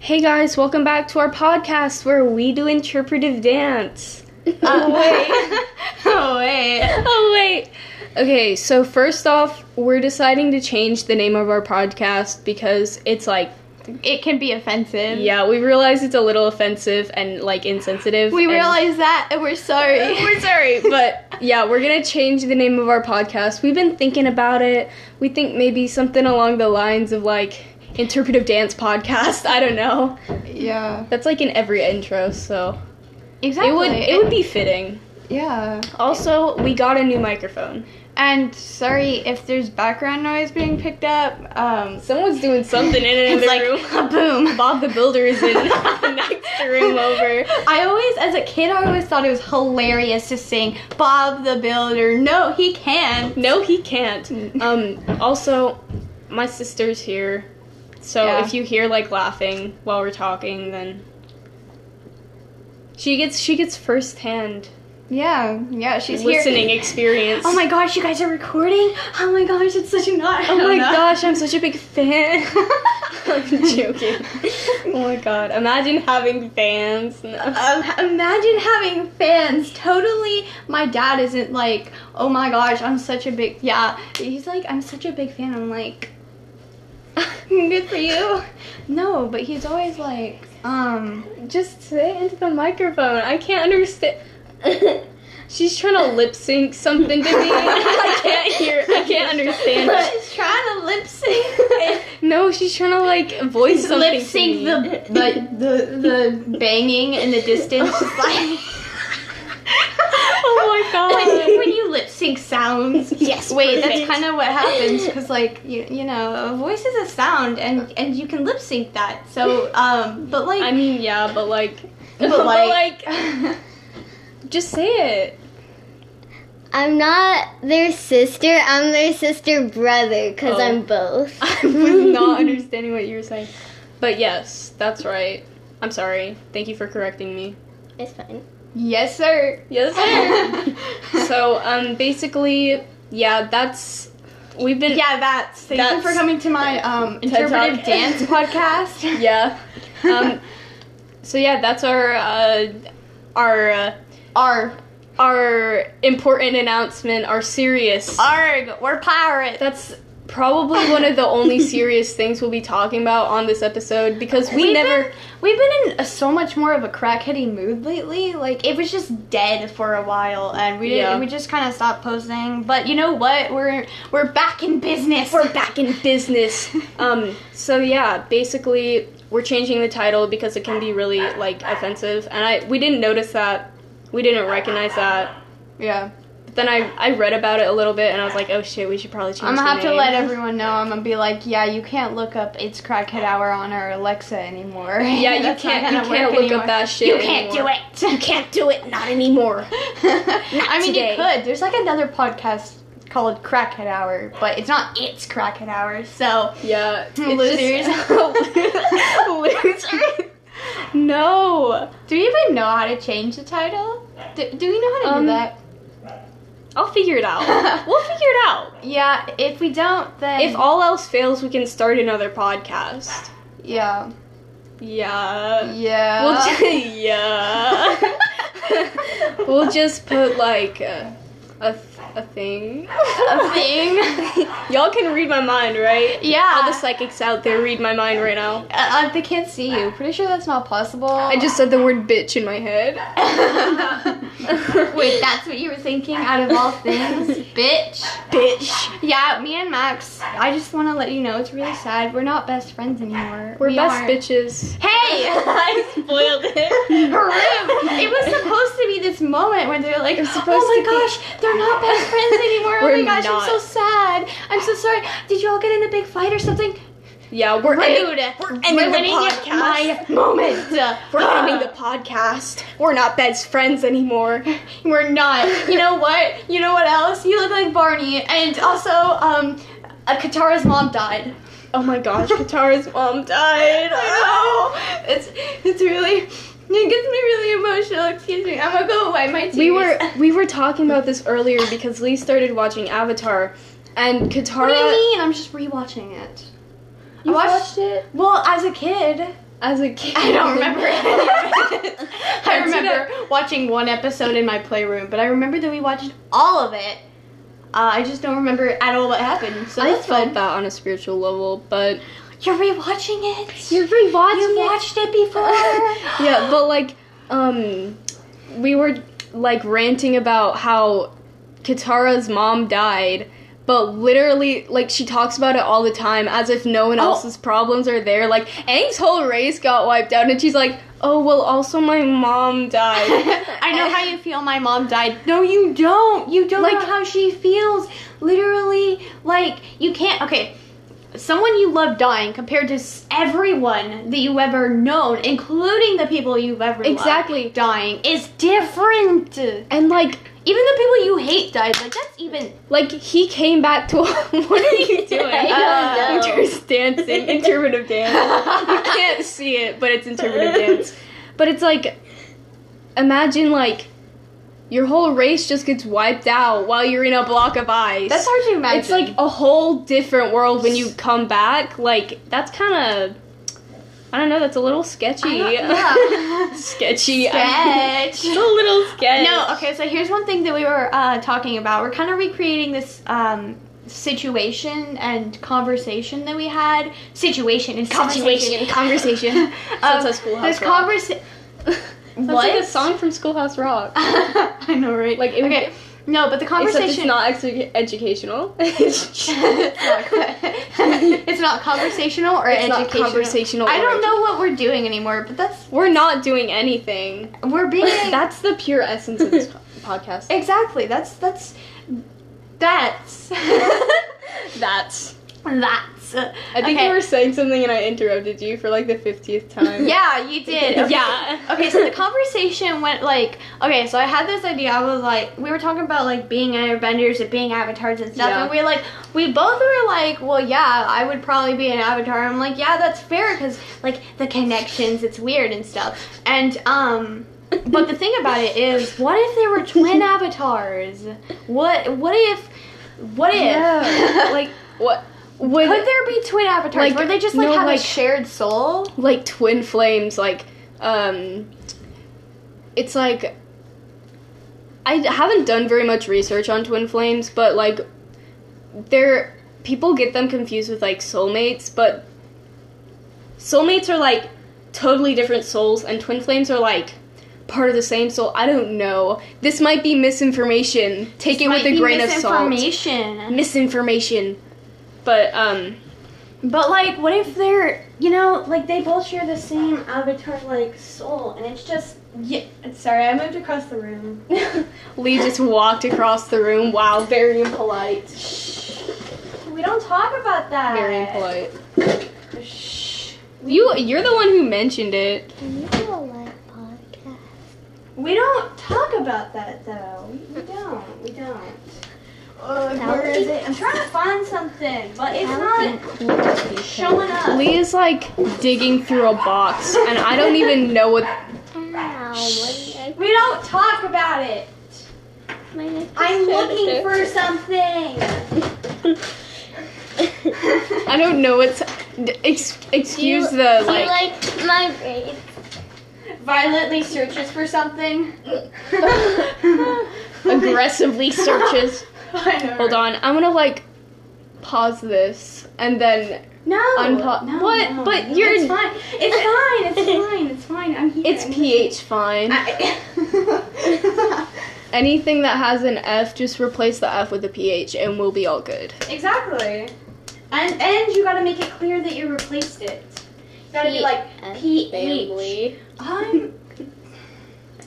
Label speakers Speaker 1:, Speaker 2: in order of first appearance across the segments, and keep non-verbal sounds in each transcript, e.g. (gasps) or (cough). Speaker 1: Hey guys, welcome back to our podcast where we do interpretive
Speaker 2: (laughs)
Speaker 1: dance.
Speaker 2: Oh wait. oh wait.
Speaker 1: (laughs) Oh, wait. Okay, so first off, we're deciding to change the name of our podcast because it's like,
Speaker 2: It can be offensive.
Speaker 1: yeah, we realize it's a little offensive and like insensitive.
Speaker 2: We
Speaker 1: and-
Speaker 2: realize that and we're
Speaker 1: (laughs)
Speaker 2: sorry.
Speaker 1: We're sorry, (laughs) but yeah, we're gonna change the name of our podcast. We've been thinking about it. We think maybe something along the lines of like interpretive dance podcast. (laughs) I don't know.
Speaker 2: (laughs) yeah.
Speaker 1: That's like in every intro, so
Speaker 2: Exactly.
Speaker 1: it would it would be fitting.
Speaker 2: yeah.
Speaker 1: Also, we got a new microphone.
Speaker 2: And sorry if there's background noise being picked up. Um
Speaker 1: Someone's doing something in another
Speaker 2: it's like
Speaker 1: room.
Speaker 2: (laughs) a
Speaker 1: (laughs)
Speaker 2: boom.
Speaker 1: Bob the Builder is
Speaker 2: (laughs)
Speaker 1: in the next room over.
Speaker 2: I always, as a kid, I always thought it was hilarious to sing Bob the Builder. No, he can.
Speaker 1: No, he can't. Um, also, my sister's here, so
Speaker 2: Yeah.
Speaker 1: if you hear like laughing while we're talking, then she gets she gets firsthand
Speaker 2: Yeah, yeah, she's
Speaker 1: listening
Speaker 2: here.
Speaker 1: experience.
Speaker 2: Oh my gosh, you guys are recording? Oh my gosh, it's such an honor.
Speaker 1: Oh my gosh, I'm such a big
Speaker 2: (laughs)
Speaker 1: fan. I'm joking. Oh
Speaker 2: joking.
Speaker 1: my god, imagine having fans. No.
Speaker 2: Um, imagine having fans. Totally, my dad isn't like, oh my gosh, I'm such a big yeah. He's like, I'm such a big fan. I'm like, (laughs) good for you. No, but he's always like, um,
Speaker 1: Just say into the microphone. I can't understand. She's trying to lip sync something to me. (laughs) I can't hear. I
Speaker 2: (laughs)
Speaker 1: can't understand. it.
Speaker 2: She's trying to lip
Speaker 1: (laughs)
Speaker 2: sync.
Speaker 1: No, she's trying to like voice something.
Speaker 2: lip sync the, the the the banging in the
Speaker 1: (laughs)
Speaker 2: distance. Just like.
Speaker 1: Oh my God.
Speaker 2: when you lip sync sounds.
Speaker 1: Yes,
Speaker 2: Wait,
Speaker 1: perfect.
Speaker 2: that's kind of what happens because, like, you, you know, a voice is a sound, and and you can lip sync that. So, um, but like,
Speaker 1: I mean, yeah, but like,
Speaker 2: (laughs) but like,
Speaker 1: just say it. (laughs)
Speaker 3: I'm not their sister. I'm their sister brother because
Speaker 1: Oh.
Speaker 3: I'm both.
Speaker 1: I was not understanding what you were saying, but yes, that's right. I'm sorry. Thank you for correcting me.
Speaker 3: It's fine.
Speaker 2: (laughs) yes, sir.
Speaker 1: Yes. (laughs)
Speaker 2: (laughs)
Speaker 1: so, um, basically, yeah, that's we've been.
Speaker 2: yeah, that's. Thank you for
Speaker 1: That's-
Speaker 2: coming to my um
Speaker 1: TED Talk.
Speaker 2: interpretive
Speaker 1: (laughs)
Speaker 2: dance podcast.
Speaker 1: Yeah. Um. So yeah, that's our uh, our uh,
Speaker 2: Arg,
Speaker 1: our important announcement. Our serious.
Speaker 2: arg, we're pirates.
Speaker 1: That's probably one of the
Speaker 2: (laughs)
Speaker 1: only serious things we'll be talking about on this episode because we
Speaker 2: We've
Speaker 1: never
Speaker 2: been- we've been in a, so much more of a crack heady mood lately. Like it was just dead for a while, and we
Speaker 1: Yeah.
Speaker 2: didn't, we just kind of stopped posting. But you know what? We're we're back in business.
Speaker 1: we're back in business. (laughs) Um so yeah, basically we're changing the title because it can be really like offensive and I we didn't notice that. We didn't recognize that.
Speaker 2: (laughs) yeah,
Speaker 1: But then I I read about it a little bit and I was like, "Oh shit, we should probably change
Speaker 2: I'm
Speaker 1: the
Speaker 2: gonna have to
Speaker 1: name.
Speaker 2: let everyone know. I'm gonna be like, yeah, you can't look up it's crackhead hour on our Alexa anymore. (laughs)
Speaker 1: Yeah, you
Speaker 2: That's not
Speaker 1: can't- you
Speaker 2: gonna
Speaker 1: can't
Speaker 2: work
Speaker 1: look up
Speaker 2: anymore.
Speaker 1: that shit
Speaker 2: You can't
Speaker 1: anymore.
Speaker 2: do it. You
Speaker 1: can't do it
Speaker 2: (laughs)
Speaker 1: not anymore.
Speaker 2: I mean,
Speaker 1: today.
Speaker 2: you could. There's like another podcast called Crackhead Hour, but it's not it's Crackhead Hour. So
Speaker 1: (laughs) Yeah. it's
Speaker 2: (laughs) Losers.
Speaker 1: just- (laughs)
Speaker 2: (laughs)
Speaker 1: Losers. No.
Speaker 2: Do we even know how to change the title? Do, do we know how to
Speaker 1: Um,
Speaker 2: do that?
Speaker 1: I'll figure it
Speaker 2: (laughs)
Speaker 1: out. we'll figure it out.
Speaker 2: Yeah, if we don't, then
Speaker 1: If all else fails, we can start another podcast.
Speaker 2: yeah,
Speaker 1: Yeah.
Speaker 2: yeah.
Speaker 1: We'll just,
Speaker 2: (laughs)
Speaker 1: (laughs) yeah. we'll just put like a, a, th- a thing.
Speaker 2: a thing.
Speaker 1: Y'all can read my mind, right?
Speaker 2: Yeah.
Speaker 1: All the psychics out there read my mind right now.
Speaker 2: uh, uh, they can't see you. Pretty sure that's not possible.
Speaker 1: I just said the word bitch in my head.
Speaker 2: Wait, that's what you were thinking out of all
Speaker 1: (laughs)
Speaker 2: things, bitch.
Speaker 1: bitch.
Speaker 2: Yeah, me and Max. I just want to let you know it's really sad. We're not best friends anymore.
Speaker 1: (laughs) We're
Speaker 2: We
Speaker 1: best
Speaker 2: aren't.
Speaker 1: bitches. (laughs)
Speaker 2: Hey!
Speaker 1: I spoiled
Speaker 2: (laughs)
Speaker 1: it.
Speaker 2: Haru! It was supposed to be this moment when they're like,
Speaker 1: It was supposed
Speaker 2: "Oh my
Speaker 1: to be-
Speaker 2: gosh, they're not best friends anymore. Oh
Speaker 1: We're
Speaker 2: my gosh,
Speaker 1: not.
Speaker 2: I'm so sad. I'm so sorry. Did you all get in a big fight or something?
Speaker 1: Yeah, we're
Speaker 2: Rude.
Speaker 1: ending, we're ending the
Speaker 2: ruining
Speaker 1: podcast.
Speaker 2: my moment.
Speaker 1: We're ending the podcast. We're not best friends anymore.
Speaker 2: (laughs) We're not. You know what? You know what else? You look like Barney, and also, um, uh, Katara's mom died.
Speaker 1: Oh my gosh, Katara's mom died.
Speaker 2: I know. It's it's really it gets me really emotional. Excuse me. I'm gonna go wipe my tears.
Speaker 1: We were we were talking about this earlier because Lee started watching Avatar, and Katara.
Speaker 2: What do you mean? I'm just rewatching it. You watched,
Speaker 1: it
Speaker 2: Well, as a kid,
Speaker 1: as a kid.
Speaker 2: I (laughs)
Speaker 1: (laughs)
Speaker 2: don't remember any of it. I (laughs)
Speaker 1: That's
Speaker 2: remember watching one episode in my playroom, but I remember that we watched all of it. Uh, I just don't remember at all what happened. So
Speaker 1: I
Speaker 2: that's
Speaker 1: felt
Speaker 2: fun.
Speaker 1: that on a spiritual level, but
Speaker 2: You're rewatching it.
Speaker 1: you're rewatching
Speaker 2: you watched it (laughs) before.
Speaker 1: (laughs)
Speaker 2: (laughs)
Speaker 1: yeah, but like, um, we were like ranting about how Katara's mom died, but literally, like, she talks about it all the time as if no one
Speaker 2: Oh.
Speaker 1: else's problems are there. Like, Aang's whole race got wiped out, and she's like, oh, well, also my mom died.
Speaker 2: (laughs) I know how you feel. My mom died. No, you don't. You don't know
Speaker 1: Like-
Speaker 2: how she feels. Literally, like you can't. Okay, someone you love dying compared to s- everyone that you ever known, including the people you've ever loved,
Speaker 1: Exactly.
Speaker 2: dying is different. Even
Speaker 1: and like,
Speaker 2: the people you hate died. Like that's even.
Speaker 1: like he came back to (laughs) what are you doing? (laughs)
Speaker 3: I
Speaker 2: Oh.
Speaker 3: don't know.
Speaker 1: Winter's dancing, (laughs) interpretive dance. you can't see it, but it's interpretive dance. But it's like, imagine like your whole race just gets wiped out while you're in a block of ice.
Speaker 2: That's hard to imagine.
Speaker 1: It's like a whole different world when you come back. Like that's kind of, I don't know. That's a little sketchy.
Speaker 2: (laughs) I don't-
Speaker 1: (laughs) sketchy. I-
Speaker 2: yeah.
Speaker 1: (laughs) It's
Speaker 2: Sketch. (laughs)
Speaker 1: a little sketch.
Speaker 2: No, okay, so here's one thing that we were uh, talking about. We're kind of recreating this um, situation and conversation that we had. Situation and conversation. Um,
Speaker 1: conversation.
Speaker 2: (laughs)
Speaker 1: Sounds like Schoolhouse
Speaker 2: This
Speaker 1: Rock. (laughs)
Speaker 2: conversation.
Speaker 1: Sounds
Speaker 2: What?
Speaker 1: like a song from Schoolhouse Rock.
Speaker 2: (laughs) I know, right?
Speaker 1: Like, it would-
Speaker 2: okay. No, but the
Speaker 1: Except it's
Speaker 2: conversation.
Speaker 1: not edu- educational. (laughs) it's
Speaker 2: (laughs) it's not conversational or
Speaker 1: It's not
Speaker 2: educational.
Speaker 1: conversational
Speaker 2: I
Speaker 1: or
Speaker 2: don't know what we're doing anymore, but that's
Speaker 1: We're not doing anything.
Speaker 2: we're being
Speaker 1: (laughs) That's the pure essence of this
Speaker 2: (laughs)
Speaker 1: po- podcast.
Speaker 2: exactly that's that's
Speaker 1: (laughs)
Speaker 2: that's
Speaker 1: That's.
Speaker 2: that's. uh,
Speaker 1: I think you were saying something and I interrupted you for like the 50th time.
Speaker 2: Yeah, you
Speaker 1: (laughs)
Speaker 2: did. Okay.
Speaker 1: Yeah.
Speaker 2: (laughs) Okay, so the conversation went like, okay, so I had this idea. I was like, we were talking about like being airbenders and being avatars and stuff,
Speaker 1: Yeah.
Speaker 2: and we like, we both were like, well, yeah, I would probably be an avatar. I'm like, yeah, that's fair because like the connections, it's weird and stuff. And um, but the thing about it is, what if they were
Speaker 1: (laughs)
Speaker 2: twin avatars? What what if what
Speaker 1: (laughs)
Speaker 2: if (laughs)
Speaker 1: Yeah. like, what? Would,
Speaker 2: could there be twin avatars?
Speaker 1: Like,
Speaker 2: where they just like
Speaker 1: no,
Speaker 2: have
Speaker 1: like-
Speaker 2: a shared soul?
Speaker 1: like twin flames like um it's like i haven't done very much research on twin flames but like they're people get them confused with like soulmates but soulmates are like totally different souls and twin flames are like part of the same soul i don't know this might be misinformation take it
Speaker 2: Might
Speaker 1: with a
Speaker 2: be
Speaker 1: grain of salt
Speaker 2: misinformation.
Speaker 1: misinformation but um
Speaker 2: But like, what if they're you know like they both share the same avatar like soul, and it's just yeah. Sorry, I moved across the room. (laughs)
Speaker 1: lee just walked across the room wow very impolite
Speaker 2: We don't talk about that.
Speaker 1: Very impolite.
Speaker 2: Shh.
Speaker 1: You you're the one who mentioned it.
Speaker 3: Can you do a live podcast?
Speaker 2: We don't talk about that though. We, we don't. We don't. Uh,
Speaker 3: That
Speaker 2: where
Speaker 3: would
Speaker 2: is
Speaker 3: be-
Speaker 2: it? I'm trying to find something, but it's
Speaker 3: That
Speaker 2: not showing up.
Speaker 1: Lee is like digging through a box and I don't even know what
Speaker 3: Ow, what
Speaker 2: We don't talk about it.
Speaker 3: did I- my neck is
Speaker 2: I'm
Speaker 3: so
Speaker 2: looking
Speaker 3: (laughs)
Speaker 2: for something.
Speaker 1: I don't know what's d- ex,
Speaker 3: (laughs) Do you-
Speaker 1: excuse the
Speaker 3: Do you
Speaker 1: like
Speaker 3: like my braids?
Speaker 2: Violently searches
Speaker 1: (laughs)
Speaker 2: for something.
Speaker 1: aggressively searches.
Speaker 2: (laughs) I know.
Speaker 1: Hold on. I'm going to like pause this and then
Speaker 2: No.
Speaker 1: Unpo-
Speaker 2: no,
Speaker 1: What?
Speaker 2: no,
Speaker 1: But
Speaker 2: no,
Speaker 1: you're-
Speaker 2: It's fine. It's fine.
Speaker 1: (laughs)
Speaker 2: It's fine. It's fine. I'm here.
Speaker 1: it's
Speaker 2: I'm
Speaker 1: pH fine.
Speaker 2: I-
Speaker 1: Anything that has an F just replace the F with a pH and we'll be all good.
Speaker 2: (laughs) exactly. And and you gotta make it clear that you replaced it. You gotta be like pH. I'm.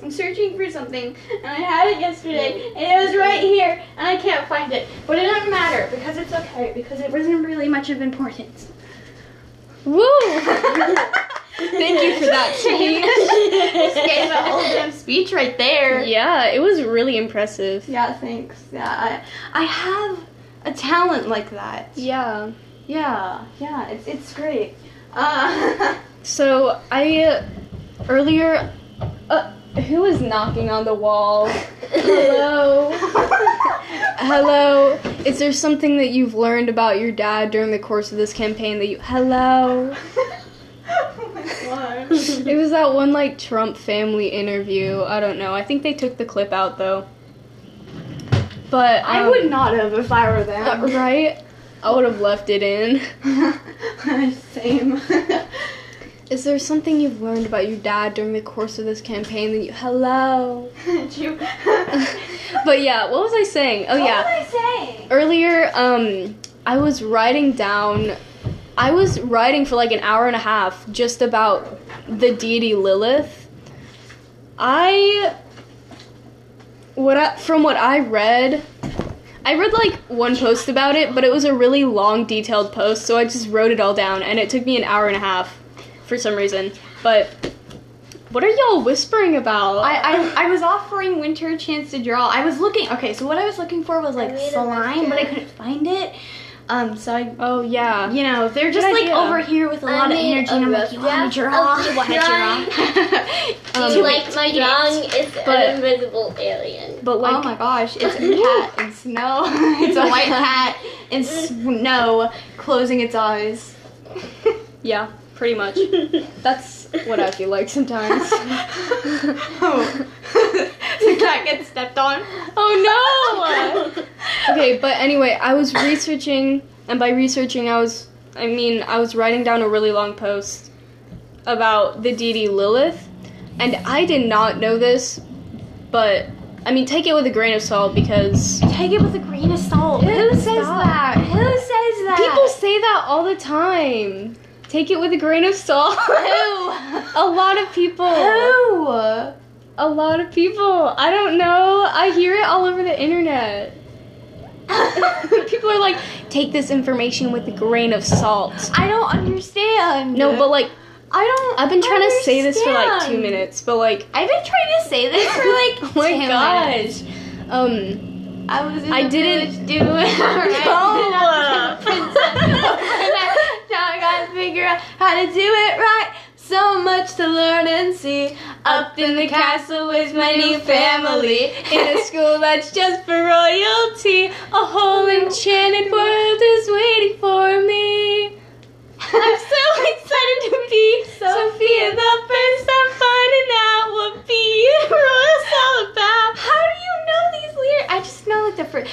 Speaker 2: I'm searching for something, and I had it yesterday, and it was right here, and I can't find it. But it doesn't matter because it's okay because it wasn't really much of importance.
Speaker 1: Woo!
Speaker 2: (laughs) Thank
Speaker 1: you for
Speaker 2: (laughs)
Speaker 1: that speech.
Speaker 2: Just gave a whole damn speech right there.
Speaker 1: Yeah, it was really impressive.
Speaker 2: Yeah, thanks. Yeah, I, I have a talent like that.
Speaker 1: Yeah.
Speaker 2: Yeah, yeah, it's, it's great. Uh,
Speaker 1: So I uh, earlier, uh, Who is knocking on the wall?
Speaker 2: (laughs)
Speaker 1: Hello. Hello. Is there something that you've learned about your dad during the course of this campaign that you
Speaker 2: (laughs)
Speaker 1: Hello?
Speaker 2: oh my (laughs) gosh.
Speaker 1: It was that one like Trump family interview. I don't know. I think they took the clip out though. But
Speaker 2: I
Speaker 1: um,
Speaker 2: would not have if I were them.
Speaker 1: uh,
Speaker 2: (laughs)
Speaker 1: right? I would have left it in.
Speaker 2: (laughs) Same.
Speaker 1: Is there something you've learned about your dad during the course of this campaign that you Hello?
Speaker 2: (laughs) you?
Speaker 1: But yeah, what was I saying? Oh yeah.
Speaker 2: What was I saying?
Speaker 1: earlier um i was writing down i was writing for like an hour and a half just about the deity lilith i what I, from what i read i read like one post about it but it was a really long detailed post so i just wrote it all down and it took me an hour and a half for some reason but what are y'all whispering about
Speaker 2: I, I I was offering Winter a chance to draw. I was looking. Okay, so what I was looking for was like
Speaker 3: made a
Speaker 2: slime, but I
Speaker 3: mustard.
Speaker 2: couldn't find it. Um, so I.
Speaker 1: oh yeah
Speaker 2: You know, they're just
Speaker 1: Good
Speaker 2: like
Speaker 1: idea.
Speaker 2: over here with a
Speaker 3: I
Speaker 2: lot of
Speaker 3: made
Speaker 2: energy, and
Speaker 3: a
Speaker 2: I'm like, you want me to draw? (laughs)
Speaker 3: rough
Speaker 2: You want me to
Speaker 3: drawing.
Speaker 2: (laughs) draw?
Speaker 1: Um,
Speaker 3: Do you like my
Speaker 2: Yes.
Speaker 3: drawing? It's
Speaker 1: But-
Speaker 3: an invisible (laughs) alien.
Speaker 1: but like
Speaker 2: oh my gosh,
Speaker 1: (laughs)
Speaker 2: it's a cat in snow. it's a white cat in snow closing its
Speaker 1: (laughs)
Speaker 2: eyes.
Speaker 1: yeah pretty much that's what i feel like sometimes
Speaker 2: oh. the cat gets stepped on.
Speaker 1: Oh (laughs) no! okay, but anyway, I was researching, and by researching, I was, I mean, I was writing down a really long post about the deity Lilith, and I did not know this, but I mean, take it with a grain of salt because
Speaker 2: Take it with a grain of salt. Who says
Speaker 1: Stop.
Speaker 2: that? Who says that? (laughs)
Speaker 1: people say that all the time. Take it with a grain of salt. (laughs) a lot of people. (laughs)
Speaker 2: Who?
Speaker 1: A lot of people. I don't know. I hear it all over the internet. People are like, take this information with a grain of salt.
Speaker 2: I don't understand.
Speaker 1: No, but like,
Speaker 2: I don't.
Speaker 1: I've been trying to say this for like two
Speaker 2: understand.
Speaker 1: minutes, but like,
Speaker 2: I've been trying to say this for
Speaker 1: (laughs)
Speaker 2: like
Speaker 1: oh my
Speaker 2: 10 minutes.
Speaker 1: gosh. Um,
Speaker 2: I was in
Speaker 1: I
Speaker 2: the
Speaker 1: didn't- Oh.
Speaker 2: village doing (laughs) no.
Speaker 1: No.
Speaker 2: now I gotta figure out how to do it right. So much to learn and see. Up in the castle is my new family.
Speaker 1: in a school that's just for royalty, a whole enchanted world is waiting for me. I'm so (laughs) excited to be Sophia, the first I'm finding out what being royal's all about.
Speaker 2: How do you know these lyrics? I just know like the first.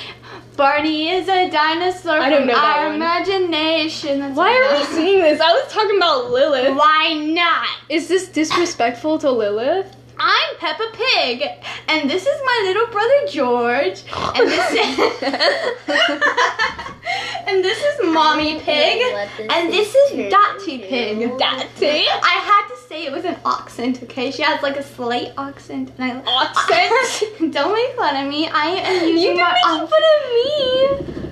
Speaker 2: Barney is a dinosaur
Speaker 1: I don't
Speaker 2: from
Speaker 1: know that
Speaker 2: our
Speaker 1: one.
Speaker 2: imagination. That's
Speaker 1: Why
Speaker 2: what I
Speaker 1: are we
Speaker 2: know.
Speaker 1: singing this? I was talking about Lilith.
Speaker 2: Why not?
Speaker 1: Is this disrespectful to Lilith?
Speaker 2: I'm Peppa Pig, and this is my little brother George, and this is (laughs) and this is Mommy Pig, and this is Dotty Pig. Dotty. I had to say it with an accent, okay? She has like a slight accent, and I accent. (laughs) Don't make fun of me. I am using my fun of me.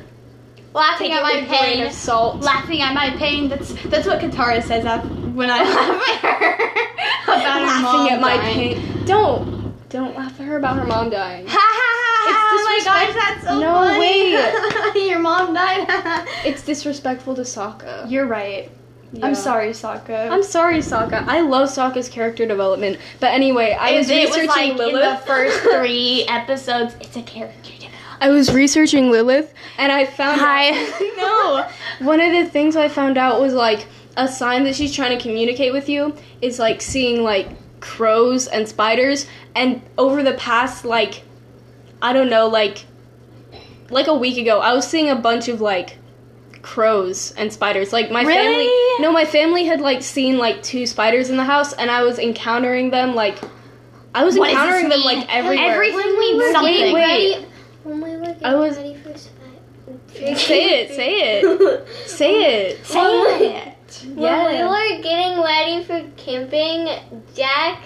Speaker 2: Laughing at my pain.
Speaker 1: of salt.
Speaker 2: Laughing at my pain. That's that's what Katara says af- when I (laughs) laugh at her about her mom
Speaker 1: laughing at my
Speaker 2: dying.
Speaker 1: pain. Don't, don't laugh at her about her mom dying.
Speaker 2: Ha ha ha! ha,
Speaker 1: It's
Speaker 2: (laughs) oh my gosh,
Speaker 1: disrespect-
Speaker 2: that's so
Speaker 1: No
Speaker 2: funny. (laughs) Your mom died.
Speaker 1: It's disrespectful to Sokka.
Speaker 2: You're right.
Speaker 1: Yeah.
Speaker 2: I'm sorry, Sokka.
Speaker 1: I'm sorry, Sokka. I love Sokka's character development, but anyway, I was
Speaker 2: it
Speaker 1: researching
Speaker 2: was like
Speaker 1: Lilith.
Speaker 2: in the (laughs) first
Speaker 1: (laughs)
Speaker 2: three episodes. It's a character.
Speaker 1: I was researching Lilith, and I found
Speaker 2: (laughs)
Speaker 1: out-
Speaker 2: no.
Speaker 1: One of the things I found out was like a sign that she's trying to communicate with you is like seeing like crows and spiders and over the past like I don't know like like a week ago I was seeing a bunch of like crows and spiders like my family
Speaker 2: Really?
Speaker 1: no my family had like seen like two spiders in the house and I was encountering them like I was
Speaker 2: What does this
Speaker 1: encountering them
Speaker 2: mean?
Speaker 1: like everywhere
Speaker 2: Everything means
Speaker 3: were
Speaker 2: something.
Speaker 3: getting
Speaker 1: Wait.
Speaker 3: ready- when we were getting
Speaker 1: I was-
Speaker 3: ready for spi-
Speaker 1: say it say
Speaker 2: (laughs)
Speaker 1: it
Speaker 3: (laughs)
Speaker 1: say it
Speaker 2: Say it.
Speaker 3: When we
Speaker 1: Yeah.
Speaker 3: were getting ready for camping, Jack,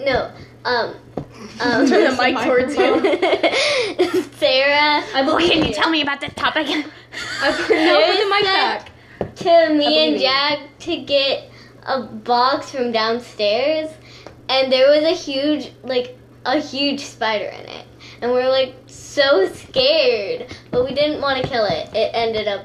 Speaker 3: no, um,
Speaker 1: (laughs)
Speaker 3: um,
Speaker 1: Turn the
Speaker 3: (laughs)
Speaker 1: mic towards (laughs)
Speaker 3: you. Sarah. I
Speaker 2: Well, can you tell me about the topic?
Speaker 1: I put, no, put the mic back
Speaker 3: To me
Speaker 1: believe
Speaker 3: and
Speaker 1: you.
Speaker 3: Jack to get a box from downstairs, and there was a huge, like, a huge spider in it. And we were like so scared, but we didn't want to kill it. It ended up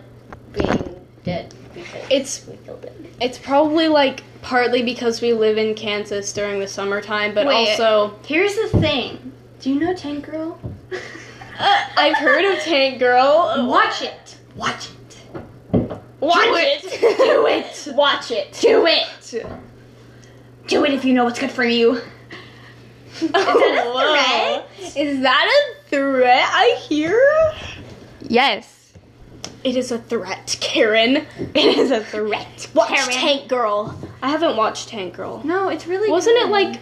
Speaker 3: being dead because
Speaker 1: It's
Speaker 3: we killed it.
Speaker 1: It's probably like partly because we live in Kansas during the summertime, but
Speaker 2: Wait.
Speaker 1: also
Speaker 2: Here's the thing. Do you know Tank (laughs) Girl? Uh,
Speaker 1: I've heard of Tank Girl.
Speaker 2: Watch it. Oh. Watch it.
Speaker 1: Watch
Speaker 2: Do
Speaker 1: it.
Speaker 2: it. (laughs) Do it.
Speaker 1: Watch it.
Speaker 2: Do it. Do it if you know what's good for (laughs) you. Oh,
Speaker 1: that a threat? Is that a threat I hear?
Speaker 2: Yes.
Speaker 1: It is a threat, Karen. (laughs) It is a threat. Watch
Speaker 2: Karen.
Speaker 1: Tank Girl. I haven't watched Tank Girl.
Speaker 2: No, it's really.
Speaker 1: Wasn't
Speaker 2: good.
Speaker 1: it like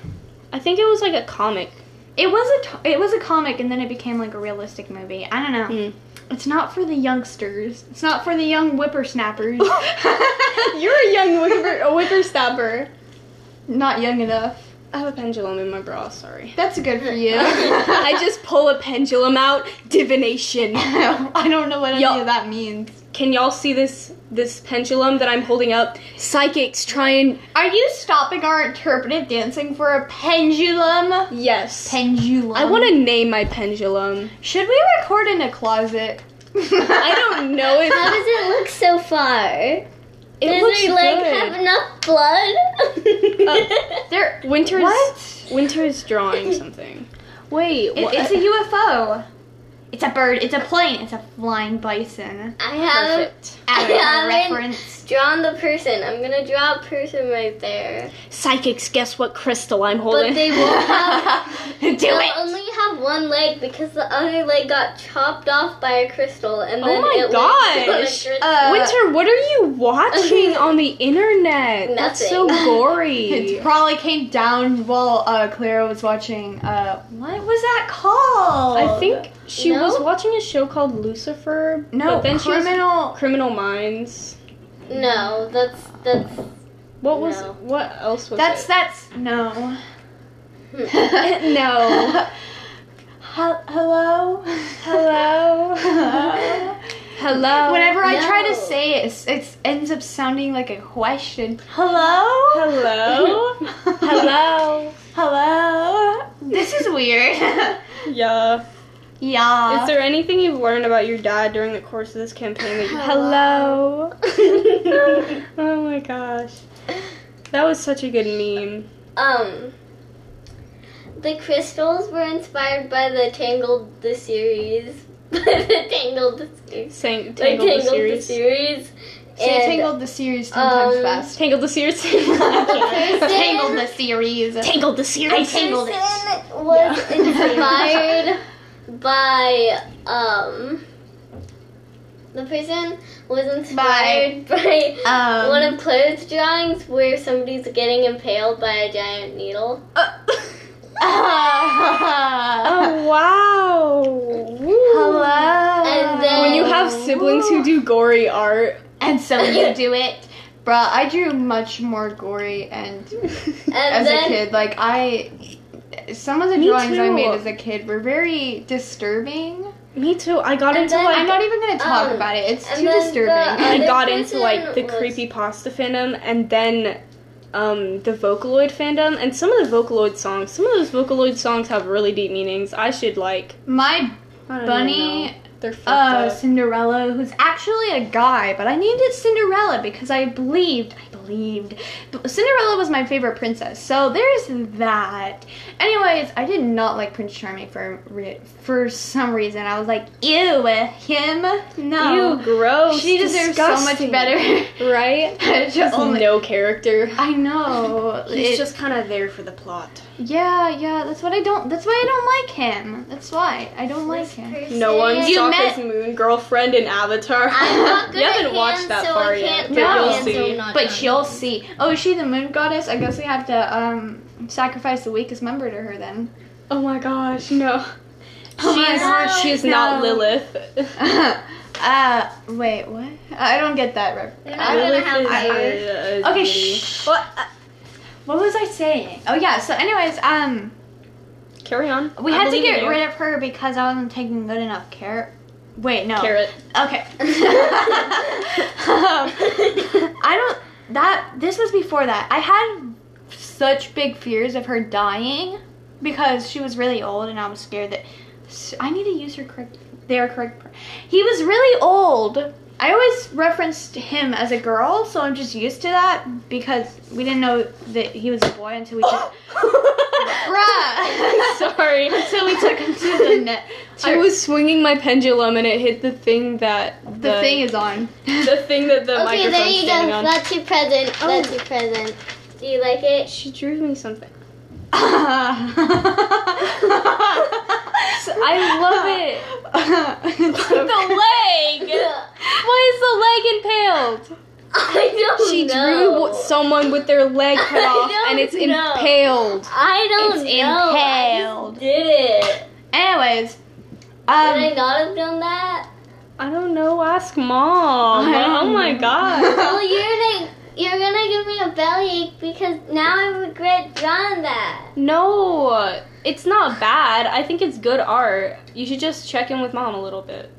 Speaker 1: I think it was like a comic.
Speaker 2: It was a t- it was a comic and then it became like a realistic movie. I don't know.
Speaker 1: Hmm.
Speaker 2: It's not for the youngsters. It's not for the young (laughs) whippersnappers.
Speaker 1: (laughs) You're a young whipper, a whippersnapper.
Speaker 2: not young enough.
Speaker 1: I have a pendulum in my bra, sorry.
Speaker 2: That's good for (laughs) you.
Speaker 1: I just pull a pendulum out. Divination.
Speaker 2: (laughs) I don't know what any
Speaker 1: Yo-
Speaker 2: of that means.
Speaker 1: Can y'all see this this pendulum that I'm holding up? Psychics try and
Speaker 2: Are you stopping our interpretive dancing for a pendulum?
Speaker 1: yes.
Speaker 2: Pendulum.
Speaker 1: I want to name my pendulum.
Speaker 2: Should we record in a closet? (laughs)
Speaker 1: I don't know if
Speaker 3: How does it look so far?
Speaker 1: it
Speaker 3: does
Speaker 1: looks
Speaker 3: it like
Speaker 1: good. Oh.
Speaker 3: have enough blood?
Speaker 1: There, winter is
Speaker 2: What?
Speaker 1: winter is drawing something. Wait,
Speaker 2: It- it's a UFO. It's a bird. It's a plane. It's a flying (laughs) bison.
Speaker 3: (laughs) I haven't I
Speaker 2: Out of our
Speaker 3: haven't
Speaker 2: reference. (laughs)
Speaker 3: drawn the person. I'm gonna draw a person right there.
Speaker 1: Psychics, guess what crystal I'm holding? (laughs)
Speaker 3: But they won't have
Speaker 2: Do
Speaker 3: they'll
Speaker 2: it.
Speaker 3: only have one leg because the other leg got chopped off by a crystal and
Speaker 1: Oh
Speaker 3: then
Speaker 1: my
Speaker 3: it lands on a
Speaker 1: gosh.
Speaker 3: crystal.
Speaker 2: Uh,
Speaker 1: Winter, what are you
Speaker 3: (laughs)
Speaker 1: watching on the internet? That's so
Speaker 3: Nothing. (laughs)
Speaker 1: gory.
Speaker 2: It probably came down while uh, Clara was watching. Uh, what was that called?
Speaker 1: I think she
Speaker 3: No?
Speaker 1: was watching a show called Lucifer.
Speaker 2: no.
Speaker 1: but then she
Speaker 2: criminal.
Speaker 1: was Criminal Minds.
Speaker 3: no, that's that's
Speaker 1: What was
Speaker 3: No.
Speaker 1: what else was
Speaker 2: That's
Speaker 1: it?
Speaker 2: that's no. (laughs)
Speaker 3: hmm.
Speaker 1: (laughs)
Speaker 3: (laughs)
Speaker 1: No.
Speaker 2: Hel- hello. Hello.
Speaker 1: Hello.
Speaker 2: (laughs)
Speaker 1: (laughs)
Speaker 2: Whenever I try to
Speaker 3: No.
Speaker 2: say it, it's- it ends up sounding like a question. Hello.
Speaker 1: Hello. Hello.
Speaker 2: Hello. This is weird.
Speaker 1: Yeah.
Speaker 2: yeah.
Speaker 1: Is there anything you've learned about your dad during the course of this campaign that you Hello. (laughs) oh my gosh. That was such a good meme.
Speaker 3: um the crystals were inspired by the Tangled the series. (laughs) By the Tangled the series.
Speaker 1: Sang-
Speaker 3: By
Speaker 1: Tangled the
Speaker 3: Tangled
Speaker 1: series.
Speaker 3: the series.
Speaker 2: Say
Speaker 3: and-
Speaker 2: tangled the series ten
Speaker 3: um,
Speaker 1: (laughs)
Speaker 2: times fast.
Speaker 1: Tangled the series.
Speaker 2: (laughs)
Speaker 3: Kristen-
Speaker 2: Tangled the series.
Speaker 1: Tangled the series.
Speaker 2: tangled it.
Speaker 3: Kristen was
Speaker 2: (laughs)
Speaker 1: Yeah.
Speaker 3: inspired by um the person was inspired by,
Speaker 2: Um,
Speaker 3: (laughs) one of Claire's drawings where somebody's getting impaled by a giant needle.
Speaker 2: (laughs)
Speaker 1: (laughs) (laughs)
Speaker 2: oh.
Speaker 1: oh wow. Woo.
Speaker 2: Hello.
Speaker 3: And then-
Speaker 1: When you have siblings who do gory art.
Speaker 2: And so you do it. Bruh, I drew much more gory and
Speaker 3: And
Speaker 2: as
Speaker 3: then
Speaker 2: a kid. Like I some of the
Speaker 1: Me
Speaker 2: drawings I made
Speaker 1: too.
Speaker 2: as a kid were very disturbing.
Speaker 1: Me too. I got
Speaker 3: And
Speaker 1: into
Speaker 3: then-
Speaker 1: like
Speaker 2: I'm not even gonna talk
Speaker 3: um,
Speaker 2: about it. It's
Speaker 3: and
Speaker 2: too
Speaker 3: then the uh,
Speaker 2: disturbing.
Speaker 3: other-
Speaker 1: I got
Speaker 3: person
Speaker 1: into like the
Speaker 3: was-
Speaker 1: creepy pasta fandom and then um, the Vocaloid fandom and some of the Vocaloid songs. Some of those Vocaloid songs have really deep meanings. I should like
Speaker 2: (laughs) My
Speaker 1: I don't
Speaker 2: bunny
Speaker 1: even know. They're fucked
Speaker 2: uh,
Speaker 1: up.
Speaker 2: Cinderella, who's actually a guy, but I named it Cinderella because I believed, I believed. but Cinderella was my favorite princess, so there's that. Anyways, I did not like Prince Charming for re- for some reason. I was like, ew, him, no. Oh,
Speaker 1: Ew, gross.
Speaker 2: she deserves so
Speaker 1: disgusting.
Speaker 2: much better. (laughs) Oh
Speaker 1: right?
Speaker 2: Just
Speaker 1: Just no character.
Speaker 2: I know.
Speaker 1: He's
Speaker 2: It-
Speaker 1: just kind of there for the plot.
Speaker 2: yeah, yeah. That's what I don't. That's why I don't like him. That's why I don't like
Speaker 3: this
Speaker 2: him.
Speaker 3: person-
Speaker 1: No one
Speaker 2: You
Speaker 1: saw
Speaker 2: met-
Speaker 1: his moon girlfriend in Avatar.
Speaker 3: I'm not good
Speaker 1: you
Speaker 3: at
Speaker 1: haven't watched
Speaker 3: hands,
Speaker 1: that
Speaker 3: so
Speaker 1: far
Speaker 3: I
Speaker 1: yet,
Speaker 3: can't
Speaker 1: but
Speaker 2: draw
Speaker 1: you'll
Speaker 2: hands,
Speaker 3: so
Speaker 1: see.
Speaker 3: I'm not
Speaker 2: But
Speaker 3: done. (laughs)
Speaker 2: you'll see. Oh, is she the moon goddess? I guess we have to um sacrifice the weakest member to her then.
Speaker 1: (laughs)
Speaker 2: (laughs)
Speaker 1: oh my gosh, no.
Speaker 2: Oh my
Speaker 1: she's
Speaker 2: gosh,
Speaker 1: she's not
Speaker 2: no.
Speaker 1: Lilith.
Speaker 2: uh, wait, what? I don't get that
Speaker 3: They're
Speaker 2: reference.
Speaker 3: not gonna have hair.
Speaker 2: Okay, shh. What? uh, What was I saying? Oh yeah. So, anyways, um,
Speaker 1: Carry on.
Speaker 2: we
Speaker 1: I
Speaker 2: had to
Speaker 1: believe in
Speaker 2: get
Speaker 1: you.
Speaker 2: rid of her because I wasn't taking good enough care. Wait, no.
Speaker 1: Carrot.
Speaker 2: Okay. (laughs) Um, I don't. That this was before that. I had such big fears of her dying because she was really old, and I was scared that I need to use her correct. Their correct. He was really old. I always referenced him as a girl, so I'm just used to that because we didn't know that he was a boy until we took (laughs) Bruh.
Speaker 1: Sorry.
Speaker 2: (laughs) until we took him to (laughs) the net.
Speaker 1: I was swinging my pendulum and it hit the thing that the,
Speaker 2: the thing is on.
Speaker 1: (laughs) the thing that the
Speaker 3: okay,
Speaker 1: microphone's
Speaker 3: there you
Speaker 1: standing
Speaker 3: go.
Speaker 1: on.
Speaker 3: That's your present.
Speaker 1: Oh.
Speaker 3: That's your present. Do you like it?
Speaker 1: She drew me something.
Speaker 2: (laughs) I
Speaker 1: love it. (laughs)
Speaker 2: (laughs) the
Speaker 1: the leg. Why is the leg impaled?
Speaker 3: (laughs) I
Speaker 1: (laughs)
Speaker 3: don't
Speaker 1: She drew
Speaker 3: know.
Speaker 1: w- someone with their leg
Speaker 2: (laughs)
Speaker 1: cut
Speaker 3: I
Speaker 1: off,
Speaker 3: don't
Speaker 1: and it's
Speaker 3: know.
Speaker 1: impaled.
Speaker 3: I don't
Speaker 2: It's
Speaker 3: know.
Speaker 2: impaled.
Speaker 3: I just did it.
Speaker 2: Anyways,
Speaker 3: Did I
Speaker 2: um,
Speaker 3: not have done that?
Speaker 1: I don't know. Ask mom.
Speaker 2: I don't
Speaker 1: Oh my (laughs)
Speaker 2: know.
Speaker 1: god.
Speaker 3: Well, you're gonna you're gonna give me a bellyache because now I regret drawing that.
Speaker 1: No, it's not bad. I think it's good art. You should just check in with mom a little bit.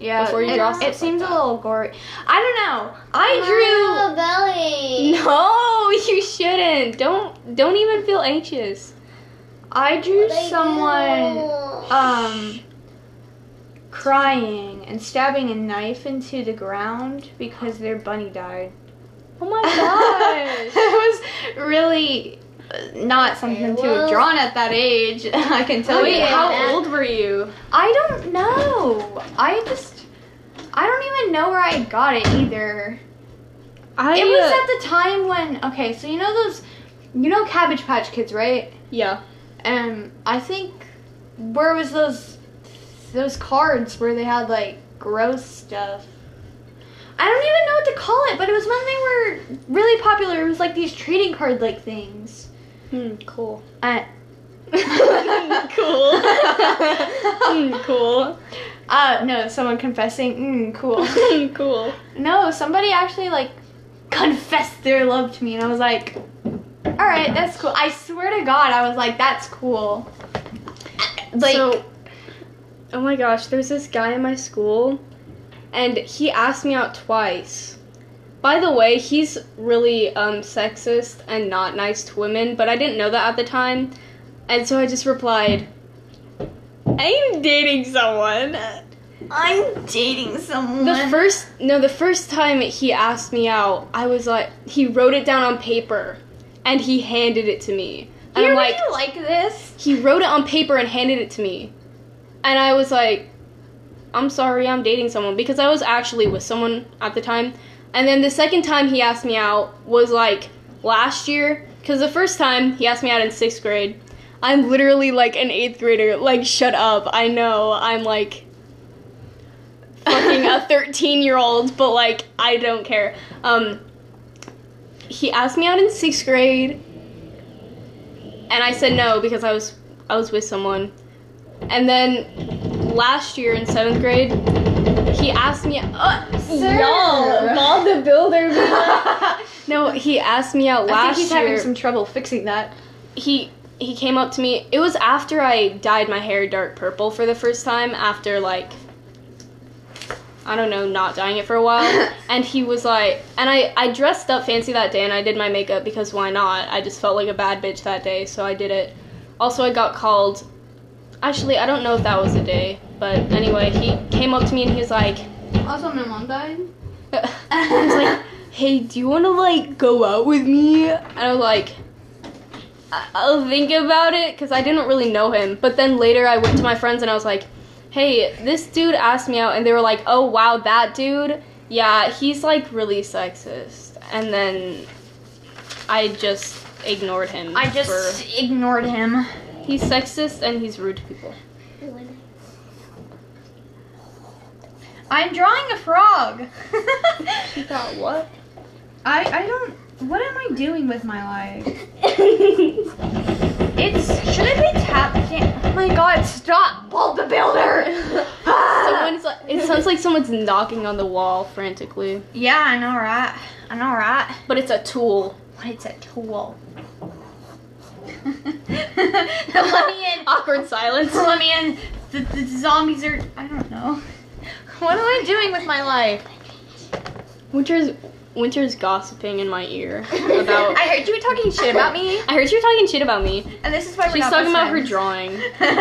Speaker 2: yeah,
Speaker 1: Before you
Speaker 2: it,
Speaker 1: draw
Speaker 2: it
Speaker 1: stuff like
Speaker 2: seems
Speaker 1: that.
Speaker 2: a little gory. I don't know. I
Speaker 3: a bellyache.
Speaker 1: No, (laughs) you shouldn't. Don't don't even feel anxious.
Speaker 2: drew. I drew
Speaker 3: Like,
Speaker 2: someone
Speaker 3: no.
Speaker 2: um crying and stabbing a knife into the ground because their bunny died.
Speaker 1: Oh my
Speaker 2: (laughs)
Speaker 1: (laughs)
Speaker 2: it
Speaker 1: gosh.
Speaker 2: was really not something to have drawn at that age. (laughs) I can tell
Speaker 1: Wait,
Speaker 2: you.
Speaker 1: how old were you?
Speaker 2: I don't know. I just, I don't even know where I got it either.
Speaker 1: I uh,
Speaker 2: It was at the time when, okay, so you know those, you know Cabbage Patch Kids, right?
Speaker 1: yeah.
Speaker 2: Um, I think where was those, those cards where they had like gross stuff. I don't even know what to call it, but it was when they were really popular. It was like these trading card like things.
Speaker 1: Hmm, cool.
Speaker 2: Uh,
Speaker 1: (laughs)
Speaker 2: (laughs)
Speaker 1: cool. (laughs) Hmm, cool. (laughs)
Speaker 2: uh, no, someone confessing. Mm, cool. (laughs)
Speaker 1: Hmm, cool.
Speaker 2: no, somebody actually like confessed their love to me, and I was like, "All right, that's cool." I swear to God, I was like, "That's cool." Like,
Speaker 1: so, oh my gosh, there's this guy in my school, and he asked me out twice. By the way, he's really um, sexist and not nice to women, but I didn't know that at the time, and so I just replied, "I'm dating someone."
Speaker 2: I'm dating someone.
Speaker 1: The first no, the first time he asked me out, I was like, he wrote it down on paper, and he handed it to me, and
Speaker 2: Here,
Speaker 1: I'm
Speaker 2: do
Speaker 1: like,
Speaker 2: you like this?
Speaker 1: he wrote it on paper and handed it to me. And I was like, I'm sorry, I'm dating someone because I was actually with someone at the time. And then the second time he asked me out was like last year because the first time he asked me out in sixth grade. I'm literally like an eighth grader. Like, shut up. I know I'm like fucking a 13 year old, but like, I don't care. Um, he asked me out in sixth grade and I said no because I was I was with someone. And then last year in seventh grade, he asked me. Uh,
Speaker 2: Sir.
Speaker 1: y'all, Bob the
Speaker 2: (laughs)
Speaker 1: Builder. no, he asked me out
Speaker 2: I think
Speaker 1: last
Speaker 2: he's
Speaker 1: year.
Speaker 2: having some trouble fixing that.
Speaker 1: he he came up to me. It was after I dyed my hair dark purple for the first time after like I don't know, not dyeing it for a while. and he was like, and I, I dressed up fancy that day and I did my makeup because why not? I just felt like a bad bitch that day, so I did it. Also, I got called. Actually, I don't know if that was the day, but anyway, he came up to me and he was like,
Speaker 2: Also, my mom died.
Speaker 1: I was like, hey, do you want to like go out with me? And I was like, I- I'll think about it because I didn't really know him. But then later I went to my friends and I was like, hey, this dude asked me out. And they were like, oh, wow, that dude. Yeah, he's like really sexist. And then I just ignored him.
Speaker 2: I just ignored him.
Speaker 1: for- he's sexist and he's rude to people.
Speaker 2: I'm drawing a (laughs) frog.
Speaker 1: About what?
Speaker 2: I I don't. What am I doing with my life?
Speaker 3: (laughs)
Speaker 2: It's should I be tap dan- Oh my god! Stop, Bob the (laughs) Builder.
Speaker 1: Someone's like, it sounds like someone's knocking on the wall frantically,
Speaker 2: yeah, I know, right? I know, right?
Speaker 1: but it's a tool.
Speaker 2: But it's a (laughs) tool.
Speaker 3: Let me in.
Speaker 1: Awkward silence.
Speaker 2: Let me in. The, the zombies are. I don't know. (laughs) What am I doing with my life?
Speaker 1: Winter's Winter's gossiping in my ear about.
Speaker 2: I heard you were talking shit about me,
Speaker 1: I heard you were talking shit about me.
Speaker 2: and this is why we're
Speaker 1: She's
Speaker 2: not
Speaker 1: talking
Speaker 2: best (laughs)
Speaker 1: about her
Speaker 2: friends.
Speaker 1: drawing.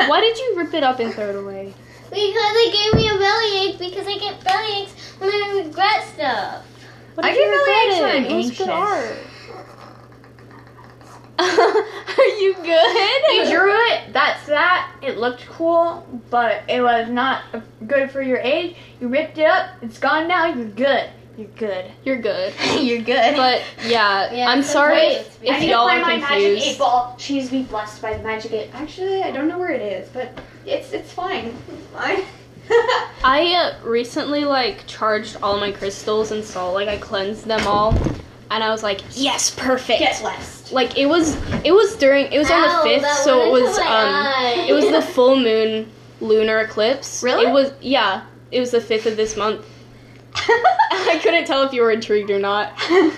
Speaker 1: Why did you rip it up and throw it away?
Speaker 3: Because it gave me a bellyache because I get bellyaches when I regret stuff.
Speaker 1: What
Speaker 2: I
Speaker 1: if
Speaker 2: get
Speaker 1: you
Speaker 2: really
Speaker 1: regret it?
Speaker 2: anxious when
Speaker 1: It
Speaker 2: I'm
Speaker 1: was good art. Are you good?
Speaker 2: You drew it. That's that. It looked cool, but it was not good for your age. You ripped it up. It's gone now. You're good. You're good.
Speaker 1: (laughs)
Speaker 2: (laughs)
Speaker 1: You're good.
Speaker 2: You're good.
Speaker 1: But yeah,
Speaker 3: Yeah,
Speaker 1: I'm
Speaker 3: it's
Speaker 1: sorry
Speaker 3: okay. I
Speaker 1: if y'all are confused.
Speaker 2: ball. She needs to be blessed by the magic eight. Actually, I don't know where it is, but it's it's fine. It's fine. (laughs)
Speaker 1: I uh, recently like charged all my crystals and so like I cleansed them all, and I was like, yes, perfect.
Speaker 2: blessed.
Speaker 1: Like it was, it was during, it was on
Speaker 3: Ow,
Speaker 1: the fifth,
Speaker 3: that
Speaker 1: so it
Speaker 3: went
Speaker 1: was
Speaker 3: into
Speaker 1: um,
Speaker 3: my eye.
Speaker 1: it
Speaker 3: (laughs)
Speaker 1: was the full moon lunar eclipse.
Speaker 2: Really?
Speaker 1: It was yeah, it was the fifth of this month. (laughs) I couldn't tell if you were intrigued or not,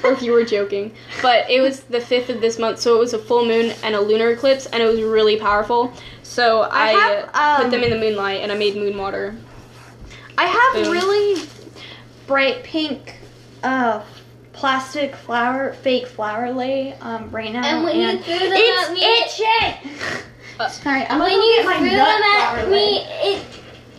Speaker 1: or if you were joking. But it was the fifth of this month, so it was a full moon and a lunar eclipse, and it was really powerful. So I,
Speaker 2: (laughs) I have,
Speaker 1: uh, put
Speaker 2: um,
Speaker 1: them in the moonlight, and I made moon water.
Speaker 2: I have
Speaker 1: Boom.
Speaker 2: really bright pink uh plastic flower fake flower lay um right now.
Speaker 3: And when you threw them at me,
Speaker 1: Uh,
Speaker 2: Sorry, I'm
Speaker 3: when
Speaker 2: gonna
Speaker 3: you
Speaker 2: get my
Speaker 3: threw them
Speaker 2: nut
Speaker 3: at
Speaker 2: flower
Speaker 3: me,
Speaker 2: lay.
Speaker 3: it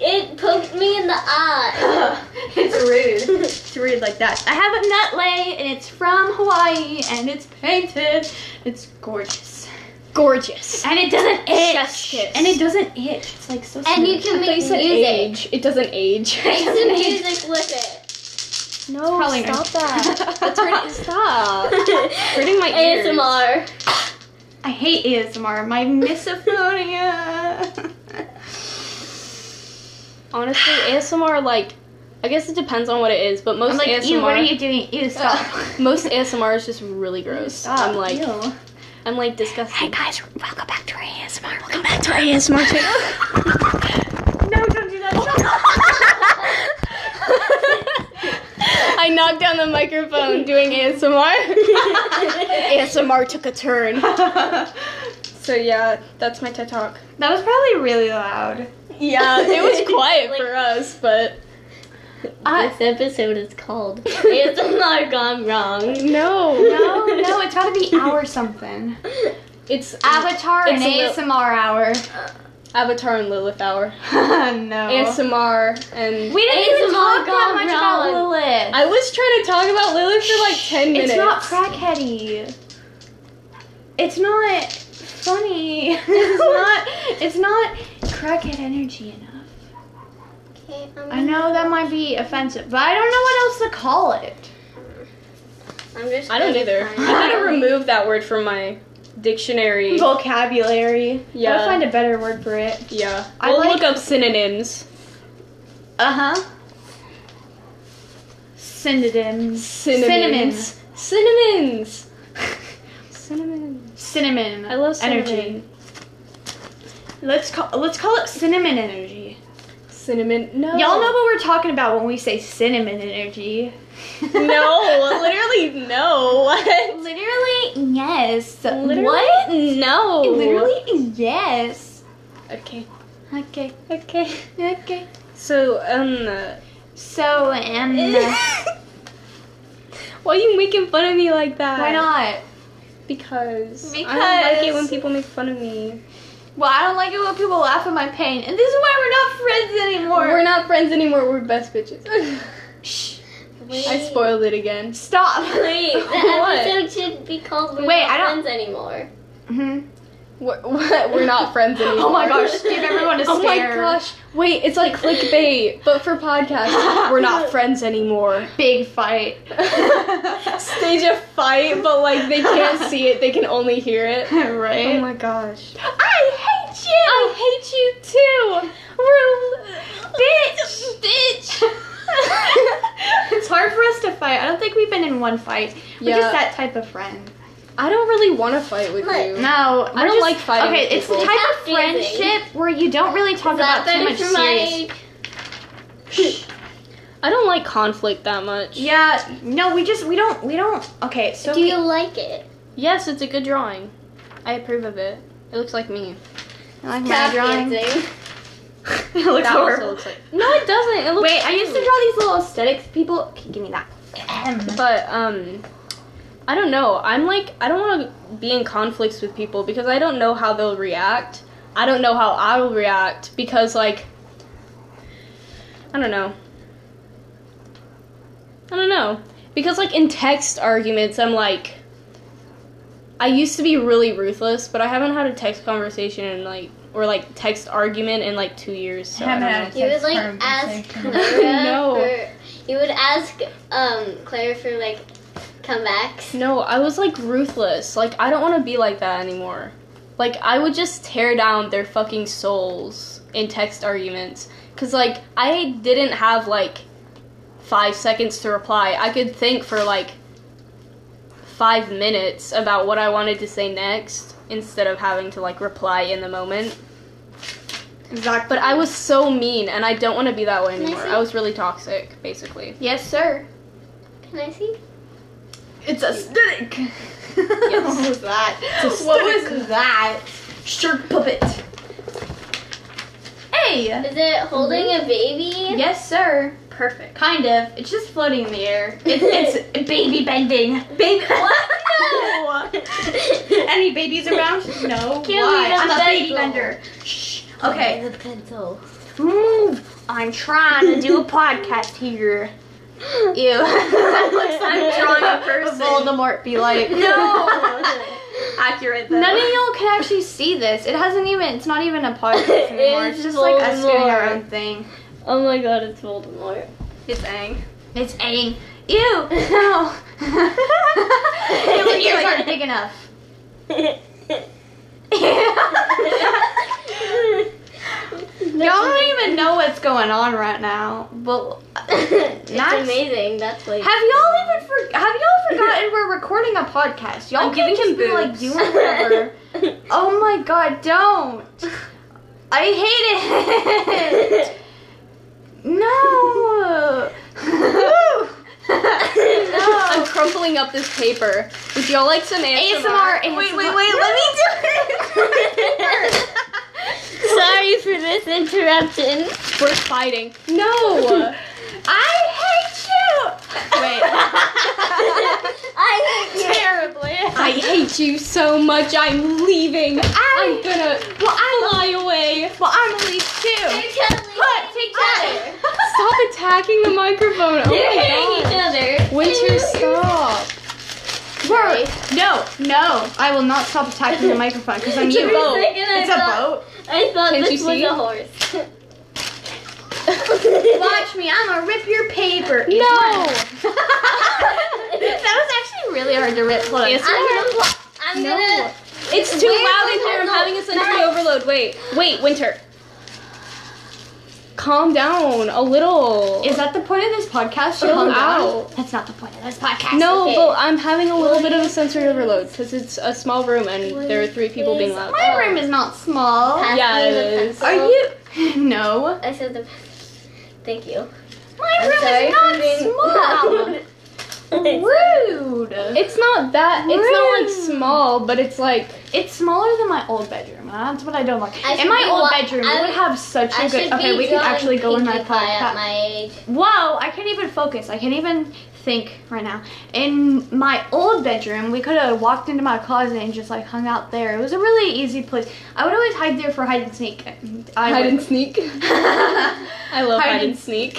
Speaker 3: it poked me in the eye.
Speaker 2: (laughs) (laughs) it's rude.
Speaker 3: (laughs)
Speaker 2: It's rude like that. I have a nut lay and it's from Hawaii and it's painted. It's gorgeous.
Speaker 1: (laughs) Gorgeous.
Speaker 2: And it doesn't itch.
Speaker 1: Chef's kiss.
Speaker 2: And it doesn't itch. It's like so
Speaker 3: And you
Speaker 2: smooth.
Speaker 3: can
Speaker 1: They
Speaker 3: make
Speaker 1: said
Speaker 3: music.
Speaker 1: age. It doesn't age.
Speaker 2: (laughs)
Speaker 3: Make some music with it.
Speaker 1: no,
Speaker 2: Probably
Speaker 1: stop
Speaker 2: not.
Speaker 1: (laughs) that. That's right. Stop. (laughs) Hurting my ears.
Speaker 3: ASMR.
Speaker 2: (laughs) I hate ASMR. My misophonia.
Speaker 1: Honestly, ASMR like, I guess it depends on what it is, but most
Speaker 2: (laughs) I'm like,
Speaker 1: ASMR,
Speaker 2: ew, what are you doing? Ew, (laughs) stop.
Speaker 1: most ASMR is just really gross.
Speaker 2: Stop.
Speaker 1: I'm like,
Speaker 2: ew.
Speaker 1: I'm like disgusting.
Speaker 2: guys, welcome back to ASMR. Welcome
Speaker 1: That's our ASMR channel.
Speaker 2: (laughs) No, don't do that.
Speaker 1: I knocked down the microphone doing ASMR. ASMR took a
Speaker 2: (laughs)
Speaker 1: turn.
Speaker 2: Oh, Stop.
Speaker 1: So yeah, that's my TED talk.
Speaker 2: that was probably really loud.
Speaker 1: (laughs) Yeah, it was
Speaker 2: (laughs)
Speaker 3: (laughs)
Speaker 1: quiet for us, but
Speaker 2: I,
Speaker 3: This episode is called ASMR Gone Wrong.
Speaker 1: no,
Speaker 2: no, no, it's gotta be hour something.
Speaker 1: It's
Speaker 2: Avatar
Speaker 1: It's
Speaker 2: and
Speaker 1: a
Speaker 2: ASMR hour.
Speaker 1: Avatar and Lilith hour.
Speaker 2: (laughs)
Speaker 1: Oh.
Speaker 2: no.
Speaker 1: ASMR and
Speaker 2: we didn't even
Speaker 3: ASMR
Speaker 2: talk that
Speaker 3: gone
Speaker 2: much
Speaker 3: wrong.
Speaker 2: about Lilith.
Speaker 1: I was trying to talk about Lilith for like ten minutes.
Speaker 2: It's not crackheady. It's not funny. (laughs) it's not. It's not crackhead energy enough.
Speaker 3: Okay, I'm
Speaker 2: I know that might be offensive, but I don't know what else to call it.
Speaker 3: I'm just
Speaker 1: I don't
Speaker 3: gonna
Speaker 1: either.
Speaker 3: find
Speaker 1: I'm gonna
Speaker 3: out.
Speaker 1: remove that word from my dictionary.
Speaker 2: Vocabulary.
Speaker 1: Yeah.
Speaker 2: Gotta find a better word for it.
Speaker 1: Yeah,
Speaker 2: I
Speaker 1: we'll
Speaker 2: like-
Speaker 1: look up synonyms. Uh-huh.
Speaker 2: Uh huh. Synonyms.
Speaker 1: Cinnamons. Cinnamons. Cinnamon.
Speaker 2: Cinnamon.
Speaker 1: I love cinnamon.
Speaker 2: energy. Let's call. Let's call it cinnamon energy.
Speaker 1: Cinnamon. No.
Speaker 2: Y'all know what we're talking about when we say cinnamon energy. (laughs)
Speaker 1: No, literally no. What?
Speaker 2: Literally, yes.
Speaker 1: Literally,
Speaker 2: What?
Speaker 1: No.
Speaker 2: Literally, yes.
Speaker 1: Okay.
Speaker 2: Okay,
Speaker 1: Okay.
Speaker 2: okay.
Speaker 1: So um. uh, (laughs)
Speaker 2: So, um,
Speaker 1: Why are you making fun of me like that?
Speaker 2: why not?
Speaker 1: Because, I don't like it
Speaker 2: Because-
Speaker 1: when people make fun of me.
Speaker 2: Well, I don't like it when people laugh at my pain, and this is why we're not friends anymore.
Speaker 1: We're not friends anymore. We're best bitches.
Speaker 2: Shh, (laughs)
Speaker 3: Wait.
Speaker 1: I spoiled it again. (laughs)
Speaker 2: stop. (laughs)
Speaker 3: Wait, the
Speaker 1: What?
Speaker 3: episode should be called We're
Speaker 2: Wait,
Speaker 3: Not
Speaker 2: I don't-
Speaker 3: Friends Anymore.
Speaker 1: (laughs)
Speaker 2: Mhm.
Speaker 1: We're, we're not (laughs) friends anymore.
Speaker 2: Oh my gosh, give everyone a stare.
Speaker 1: Oh my gosh. Wait, it's like clickbait, but for podcasts. We're (laughs) not friends anymore. (laughs)
Speaker 2: Big fight. (laughs)
Speaker 1: Stage a fight, but like they can't see it, they can only hear it. (laughs)
Speaker 2: right?
Speaker 1: Oh my gosh.
Speaker 2: I hate you.
Speaker 1: I hate you too. We're
Speaker 2: bitch.
Speaker 1: bitch.
Speaker 2: (laughs) it's hard for us to fight. I don't think we've been in one fight. We're
Speaker 1: Yeah.
Speaker 2: just that type of friend.
Speaker 1: I don't really want to fight with
Speaker 3: Look,
Speaker 1: you.
Speaker 2: No,
Speaker 1: I
Speaker 2: we're
Speaker 1: don't like fighting
Speaker 2: Okay,
Speaker 1: with
Speaker 2: it's the
Speaker 1: people.
Speaker 2: type
Speaker 3: That's
Speaker 2: of
Speaker 3: the other
Speaker 2: friendship
Speaker 3: thing.
Speaker 2: where you don't really talk about too much serious.
Speaker 1: Shh. I don't like conflict that much.
Speaker 2: (laughs) Yeah, no, we just we don't we don't. Okay, so
Speaker 3: Do you like it?
Speaker 1: Yes, it's a good drawing. I approve of it. It looks like
Speaker 2: (laughs)
Speaker 1: me.
Speaker 2: I like my (laughs)
Speaker 3: Tap
Speaker 2: drawing. it
Speaker 3: dancing.
Speaker 2: looks
Speaker 1: That also
Speaker 2: horrible.
Speaker 1: looks like. No, it doesn't. It looks.
Speaker 2: Wait, I used to draw these little aesthetics. People, okay, give me that. Mm-hmm.
Speaker 1: But um, I don't know. I'm like I don't want to be in conflicts with people because I don't know how they'll react. I don't know how I will react because like I don't know. I don't know. Because, like, in text arguments, I'm like, I used to be really ruthless, but I haven't had a text conversation in, like, or, like, text argument in, like, two years. So I
Speaker 2: Haven't
Speaker 1: don't know.
Speaker 2: had a
Speaker 3: You would
Speaker 2: Text
Speaker 3: like
Speaker 2: her
Speaker 3: ask
Speaker 2: conversation. (laughs)
Speaker 3: Clara
Speaker 1: No.
Speaker 3: for you would ask um Clara for like comebacks.
Speaker 1: No, I was like ruthless. Like I don't want to be like that anymore. Like I would just tear down their fucking souls in text arguments cuz like I didn't have like 5 seconds to reply. I could think for like 5 minutes about what I wanted to say next instead of having to like reply in the moment.
Speaker 2: Exactly.
Speaker 1: But I was so mean and I don't want to be that way
Speaker 3: Can I
Speaker 1: anymore.
Speaker 3: see-
Speaker 1: I was really toxic basically.
Speaker 2: Yes, sir.
Speaker 3: Can I see?
Speaker 2: It's aesthetic. (laughs) what was that?
Speaker 1: It's
Speaker 2: What was that? Shirt puppet. Hey.
Speaker 3: Is it holding a baby? (laughs)
Speaker 2: Yes, sir. Perfect. Kind of. It's just floating in the air. It, (laughs) it's baby bending. Baby. What? No. Any babies around? No.
Speaker 3: Give me
Speaker 2: Why?
Speaker 3: the
Speaker 2: I'm a baby
Speaker 3: pencil.
Speaker 2: bender. Shh. (laughs) Okay.
Speaker 3: The pencil.
Speaker 2: Move. I'm trying to do (laughs) a podcast here. (laughs) Ew. I'm drawing a (laughs) person. Voldemort be like.
Speaker 3: (laughs)
Speaker 2: No. (laughs) Accurate though. None of y'all can actually see this. It hasn't even. It's not even a (laughs) podcast anymore. it's
Speaker 3: It's
Speaker 2: just like us doing our
Speaker 3: Voldemort.
Speaker 2: own thing.
Speaker 3: Oh my god,
Speaker 2: (laughs)
Speaker 3: it's Voldemort.
Speaker 2: It's Ang. It's Aang. (laughs) Ew. No. (laughs) Your
Speaker 3: (laughs)
Speaker 2: ears aren't big enough. Y'all don't even know what's going on right now. But
Speaker 3: it's
Speaker 2: That's-
Speaker 3: amazing. That's like (laughs)
Speaker 2: have y'all even for, have y'all forgotten we're recording a podcast? Y'all
Speaker 1: I'm giving
Speaker 2: can't just
Speaker 1: him
Speaker 2: be like
Speaker 1: boobs.
Speaker 2: doing (laughs) whatever. oh my god, don't! I hate it. (laughs) no.
Speaker 1: I'm
Speaker 2: no.
Speaker 1: crumpling up this paper. Would y'all like some ASMR?
Speaker 2: ASMR. Wait, wait, wait. Let me do it.
Speaker 3: Sorry for
Speaker 1: (laughs)
Speaker 3: this interruption.
Speaker 1: We're fighting.
Speaker 2: (laughs) No. I hate you. Wait.
Speaker 3: I
Speaker 2: (laughs) terribly.
Speaker 1: I hate you so much. I'm leaving.
Speaker 2: I-
Speaker 1: I'm gonna
Speaker 2: Well, I'm
Speaker 1: fly away.
Speaker 2: well, I'm gonna leave too.
Speaker 3: They're cuddling. Look,
Speaker 2: take
Speaker 3: other.
Speaker 1: Stop attacking the microphone. Oh
Speaker 3: They're
Speaker 1: my
Speaker 3: hitting each other.
Speaker 1: god. Winter, stop.
Speaker 2: Word. No, no, I will not stop attacking the microphone because I'm (laughs)
Speaker 3: It's a
Speaker 2: you.
Speaker 3: boat.
Speaker 2: It's a boat.
Speaker 3: I thought
Speaker 1: Can't
Speaker 3: this
Speaker 1: you
Speaker 3: was
Speaker 1: see?
Speaker 3: a horse.
Speaker 1: (laughs)
Speaker 2: Watch me, I'm gonna rip your paper.
Speaker 1: No.
Speaker 2: that was actually really hard to rip. Hold on.
Speaker 1: Yes.
Speaker 3: I'm gonna. pl- I'm
Speaker 1: No.
Speaker 3: gonna.
Speaker 1: It's too
Speaker 3: Where
Speaker 1: loud
Speaker 3: was
Speaker 1: in here.
Speaker 3: I?
Speaker 1: I'm
Speaker 3: No,
Speaker 1: having a sensory
Speaker 3: no.
Speaker 1: overload. Wait, wait, Winter. Calm down a little.
Speaker 2: Is that the point of this podcast? Chill
Speaker 1: Calm
Speaker 2: out.
Speaker 1: down.
Speaker 2: Oh, That's not the point of this podcast.
Speaker 1: no,
Speaker 3: okay.
Speaker 1: but I'm having a little bit of a sensory overload because it's a small room and there are three people being loud. Oh.
Speaker 2: My room is not small.
Speaker 3: Pass
Speaker 1: Yeah,
Speaker 3: me
Speaker 1: it
Speaker 3: the
Speaker 1: is.
Speaker 3: pencil.
Speaker 2: Are you? (laughs) No.
Speaker 3: I said the. Thank you.
Speaker 2: My
Speaker 3: I'm
Speaker 2: room
Speaker 3: sorry
Speaker 2: is
Speaker 3: for
Speaker 2: not (laughs)
Speaker 3: being
Speaker 2: small.
Speaker 3: loud.
Speaker 2: Rude.
Speaker 1: It's not that. It's not
Speaker 2: Room.
Speaker 1: like small, but it's like
Speaker 2: It's smaller than my old bedroom. and That's what I don't like.
Speaker 3: I
Speaker 2: in
Speaker 3: should
Speaker 2: my
Speaker 3: be
Speaker 2: old
Speaker 3: wa-
Speaker 2: bedroom, we
Speaker 3: I-
Speaker 2: would have such a
Speaker 3: I
Speaker 2: good.
Speaker 3: should
Speaker 2: Okay,
Speaker 3: be
Speaker 2: we can
Speaker 3: drawing
Speaker 2: actually go in my
Speaker 3: Pinkie Pie at
Speaker 2: podcast.
Speaker 3: my age.
Speaker 2: Whoa, I can't even focus. I can't even think right now. In my old bedroom, we could have walked into my closet and just like hung out there. It was a really easy place. I would always hide there for hide and sneak. I
Speaker 1: hide and
Speaker 2: would-
Speaker 1: sneak. (laughs) I love
Speaker 2: Hide
Speaker 1: hide
Speaker 2: and-
Speaker 1: and sneak.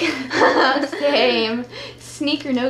Speaker 2: (laughs) Same. Sneak or no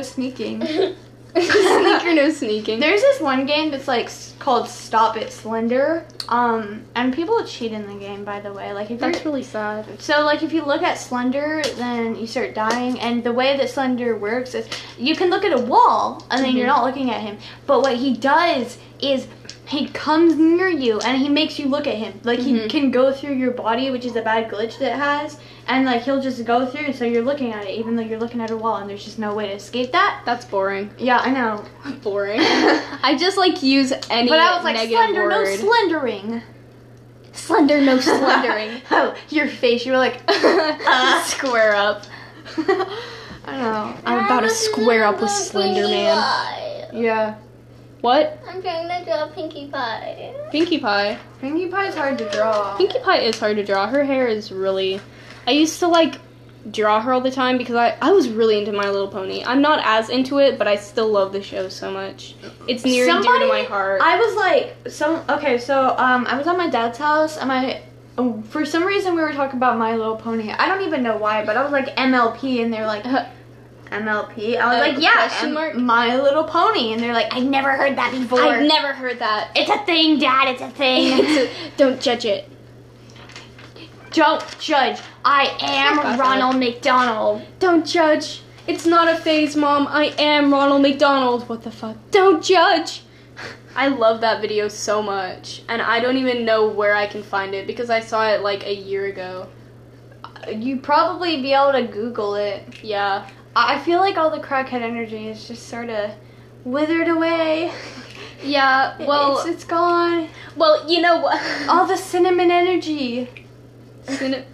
Speaker 1: (laughs)
Speaker 2: sneaking.
Speaker 1: sneak or no sneaking.
Speaker 2: There's this one game that's like s- called Stop It Slender. Um, and people cheat in the game, by the way. Like if you're,
Speaker 1: really sad.
Speaker 2: so like if you look at Slender, then you start dying. And the way that Slender works is you can look at a wall and then you're not looking at him. But what he does is he comes near you and he makes you look at him. Like he can go through your body, which is a bad glitch that it has. And like he'll just go through, so you're looking at it, even though you're looking at a wall, and there's just no way to escape that.
Speaker 1: That's boring. (laughs)
Speaker 2: Yeah, I know. (coughs) (laughs)
Speaker 1: Boring. (laughs) I just like use any
Speaker 2: But I was like,
Speaker 1: negative
Speaker 2: slender,
Speaker 1: word.
Speaker 2: no slendering.
Speaker 1: slender, (laughs)
Speaker 2: (laughs)
Speaker 1: no slendering.
Speaker 2: oh, your face. You were like, (laughs)
Speaker 1: square up.
Speaker 2: I don't know.
Speaker 1: I'm about to
Speaker 3: wasn't
Speaker 1: square up with
Speaker 3: drawing
Speaker 1: Slender
Speaker 3: Pinkie
Speaker 1: Man.
Speaker 3: Pie.
Speaker 2: Yeah.
Speaker 1: What?
Speaker 3: I'm trying to draw Pinkie Pie.
Speaker 1: Pinkie Pie.
Speaker 2: Pinkie Pie is hard to draw.
Speaker 1: Pinkie Pie is hard to draw. Her hair is really. I used to like draw her all the time because I I was really into My Little Pony. I'm not as into it, but I still love the show so much. It's near and dear to (laughs)
Speaker 2: Somebody-
Speaker 1: my heart.
Speaker 2: I was like, some okay. So um, I was at my dad's house, and my oh, for some reason we were talking about My Little Pony. I don't even know why, but I was like MLP, and they're like. "Huh, MLP. I was
Speaker 1: Uh,
Speaker 2: like, yeah,
Speaker 1: question
Speaker 2: M-
Speaker 1: mark?
Speaker 2: My Little Pony, and they're like, I never heard that before.
Speaker 1: I've never heard that.
Speaker 2: it's a thing, Dad. It's
Speaker 1: (laughs)
Speaker 2: a thing.
Speaker 1: Don't judge it.
Speaker 2: Don't judge. I
Speaker 1: Fuck
Speaker 2: am
Speaker 1: off,
Speaker 2: Ronald McDonald.
Speaker 1: Don't judge. It's not a phase, Mom. I am Ronald McDonald. What the fuck? Don't judge. I love that video so much, and I don't even know where I can find it because I saw it like a year ago.
Speaker 2: You probably be able to Google it.
Speaker 1: Yeah.
Speaker 2: I I feel like all the crackhead energy is just sort of withered away. (laughs)
Speaker 1: Yeah. Well.
Speaker 2: it's, it's gone.
Speaker 1: well, you know what? (laughs)
Speaker 2: All the cinnamon energy.
Speaker 1: Cin-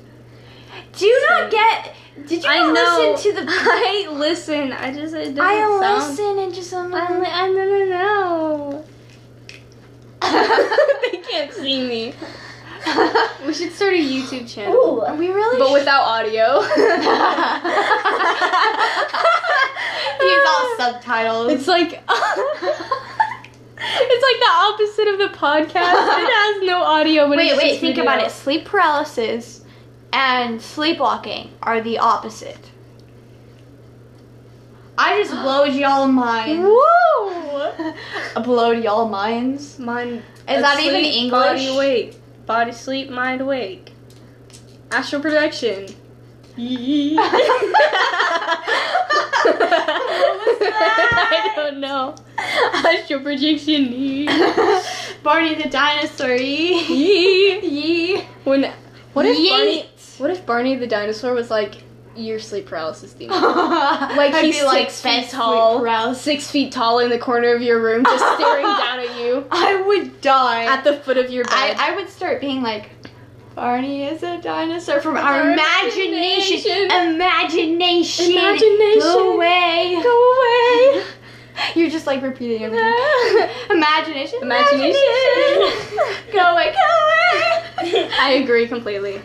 Speaker 2: Do you not get? Did you
Speaker 1: I
Speaker 2: not
Speaker 1: know.
Speaker 2: listen (laughs) to the?
Speaker 1: (laughs) I listen. I just it doesn't
Speaker 2: I
Speaker 1: sound.
Speaker 2: listen and just um, I'm
Speaker 1: I, li-
Speaker 2: (laughs) like,
Speaker 1: I don't know. (laughs) they can't see me. We should start a YouTube channel,
Speaker 3: Ooh.
Speaker 2: we really.
Speaker 1: but
Speaker 2: sh- (laughs)
Speaker 1: without audio.
Speaker 2: Use all subtitles.
Speaker 1: It's like (laughs) it's like the opposite of the podcast. It has no audio. But
Speaker 2: wait,
Speaker 1: it's
Speaker 2: wait.
Speaker 1: just
Speaker 2: Think
Speaker 1: video.
Speaker 2: about it. Sleep paralysis and sleepwalking are the opposite. I just blowed y'all (gasps) minds.
Speaker 1: Whoa!
Speaker 2: I blowed y'all minds.
Speaker 1: Mind. Is
Speaker 2: that even English?
Speaker 1: Body awake. Body sleep. Mind awake. Astral projection. (laughs) I
Speaker 2: that?
Speaker 1: don't know. Astral projection. (laughs)
Speaker 2: (laughs) Barney the dinosaur. Yee.
Speaker 1: Yee.
Speaker 2: Yee.
Speaker 1: when what if
Speaker 2: Yeet.
Speaker 1: Barney? What if Barney the dinosaur was like your sleep paralysis demon? (laughs)
Speaker 2: (laughs) like
Speaker 1: he's six feet tall. six feet tall in the corner of your room, just (laughs) staring down at you
Speaker 2: I would die.
Speaker 1: at the foot of your
Speaker 2: I,
Speaker 1: bed.
Speaker 2: I would start being like, Barney is a dinosaur from our,
Speaker 1: Our
Speaker 2: imagination.
Speaker 1: imagination.
Speaker 2: Imagination.
Speaker 1: Imagination.
Speaker 2: Go away.
Speaker 1: Go away.
Speaker 2: (laughs) You're just like repeating
Speaker 1: (laughs)
Speaker 2: everything. imagination.
Speaker 1: Imagination.
Speaker 2: go away. Go
Speaker 1: (laughs)
Speaker 2: away.
Speaker 1: I agree completely.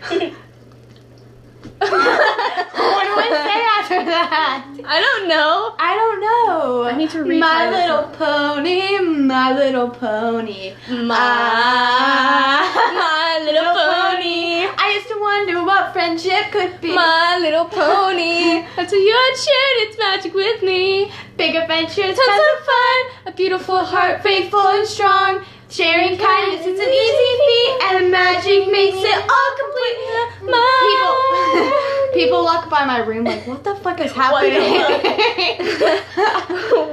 Speaker 2: what do I say after that?
Speaker 1: I don't know.
Speaker 2: I don't know.
Speaker 1: I need to read
Speaker 2: My
Speaker 1: my
Speaker 2: little pony, my little pony.
Speaker 1: Uh, My little pony.
Speaker 2: (laughs) I used to wonder what friendship could be.
Speaker 1: My little (laughs)
Speaker 2: (laughs)
Speaker 1: pony. Until you had shared its magic with me.
Speaker 2: Big
Speaker 1: Tons
Speaker 2: adventures, tons
Speaker 1: of fun. A beautiful
Speaker 2: of heart,
Speaker 1: heart.
Speaker 2: faithful and strong. Sharing kindness is an easy feat, and magic makes it all complete.
Speaker 1: My- (laughs)
Speaker 2: people, people walk by my room like, what the fuck is happening?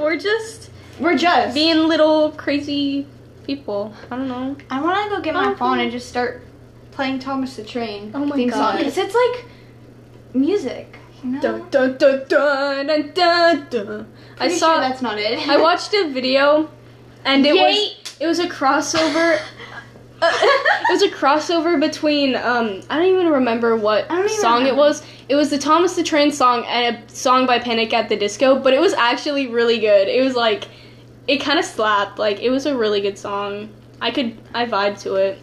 Speaker 1: (laughs) We're just
Speaker 2: (laughs) We're just.
Speaker 1: being little crazy people. I don't know.
Speaker 2: I want to go get my
Speaker 1: Oh,
Speaker 2: phone
Speaker 1: cool.
Speaker 2: and just start playing Thomas the Train.
Speaker 1: Oh my
Speaker 2: theme
Speaker 1: God.
Speaker 2: Because it's like music. You know?
Speaker 1: Dun, dun, dun, dun, dun, dun, dun. I
Speaker 2: Pretty
Speaker 1: saw
Speaker 2: sure that's not it.
Speaker 1: I watched a video, and it
Speaker 2: Yay.
Speaker 1: was it was a
Speaker 2: (laughs)
Speaker 1: crossover. (laughs) it was a crossover between um I don't even remember what
Speaker 2: I don't even
Speaker 1: song it
Speaker 2: remember.
Speaker 1: was. It was the Thomas the Train song and a song by Panic at the Disco, but it was actually really good. It was like it kind of slapped. Like it was a really good song. I could I vibe to it.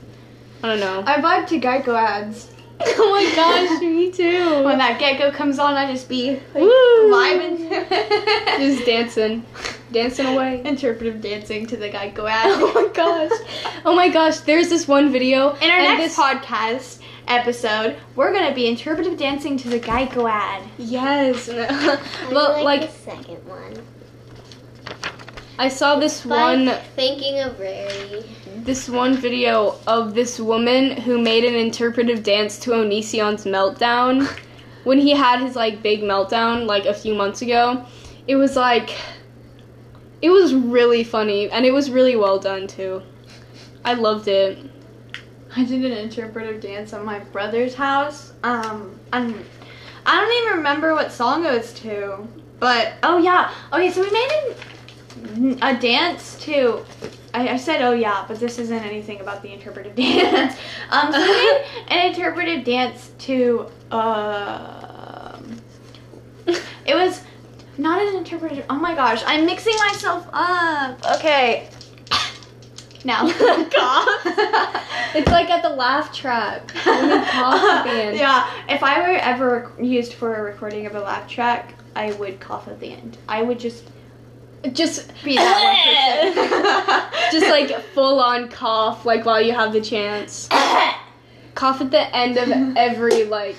Speaker 1: I don't know.
Speaker 2: (laughs) I vibe to Geico ads.
Speaker 1: oh my gosh, me too.
Speaker 2: When that Geico comes on, I just be like,
Speaker 1: Oh. Woo.
Speaker 2: vibing.
Speaker 1: (laughs) Just dancing, dancing away.
Speaker 2: Interpretive dancing to the Geico ad.
Speaker 1: Oh my gosh. Oh my gosh, there's this one video.
Speaker 2: In our
Speaker 1: and
Speaker 2: next
Speaker 1: this-
Speaker 2: podcast episode, we're gonna be interpretive dancing to the Geico ad.
Speaker 1: Yes. (laughs)
Speaker 3: I
Speaker 1: well, like,
Speaker 3: the second one.
Speaker 1: I saw this
Speaker 3: By
Speaker 1: one
Speaker 3: thinking of Rarity.
Speaker 1: this one video of this woman who made an interpretive dance to Onision's meltdown when he had his like big meltdown like a few months ago. It was like it was really funny and it was really well done too. I loved it.
Speaker 2: I did an interpretive dance at my brother's house. Um, I'm, I don't even remember what song it was to, but oh yeah. Okay, so we made an, a dance to. I, I said oh yeah, but this isn't anything about the interpretive (laughs) dance. Um, so we made an interpretive dance to. um it was not an interpretive. Oh my gosh, I'm mixing myself up. Okay. (coughs) Now. (laughs) Cough.
Speaker 1: It's like at the laugh track. Only cough (laughs) band.
Speaker 2: (laughs) Yeah, if I were ever rec- used for a recording of a laugh track, I would cough at the end. I would just
Speaker 1: Just
Speaker 2: be that one person. (laughs)
Speaker 1: just like full on cough like while you have the chance. cough at the end (laughs) of every like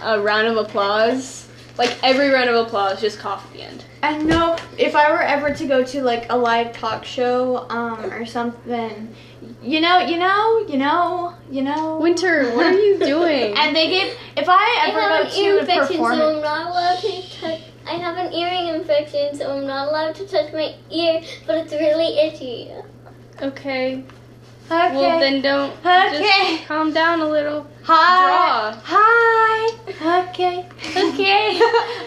Speaker 1: uh, round of applause. Like every round of applause, just cough at the end.
Speaker 2: I know if I were ever to go to like a live talk show um, or something, you know, you know, you know, you know.
Speaker 1: Winter, what are you (laughs) doing?
Speaker 2: (laughs) And they give if I
Speaker 3: I
Speaker 2: ever
Speaker 3: have an
Speaker 2: go to a
Speaker 3: ear infection, so
Speaker 2: performance.
Speaker 3: I'm not allowed to touch. I have an earring infection, so I'm not allowed to touch my ear, but it's really itchy.
Speaker 1: okay.
Speaker 2: Okay.
Speaker 1: Well, then don't.
Speaker 2: Okay.
Speaker 1: Just calm down a little. Uh,
Speaker 2: Hi.
Speaker 1: (laughs) draw.
Speaker 2: Hi.
Speaker 1: (laughs)
Speaker 2: Okay.
Speaker 1: Okay.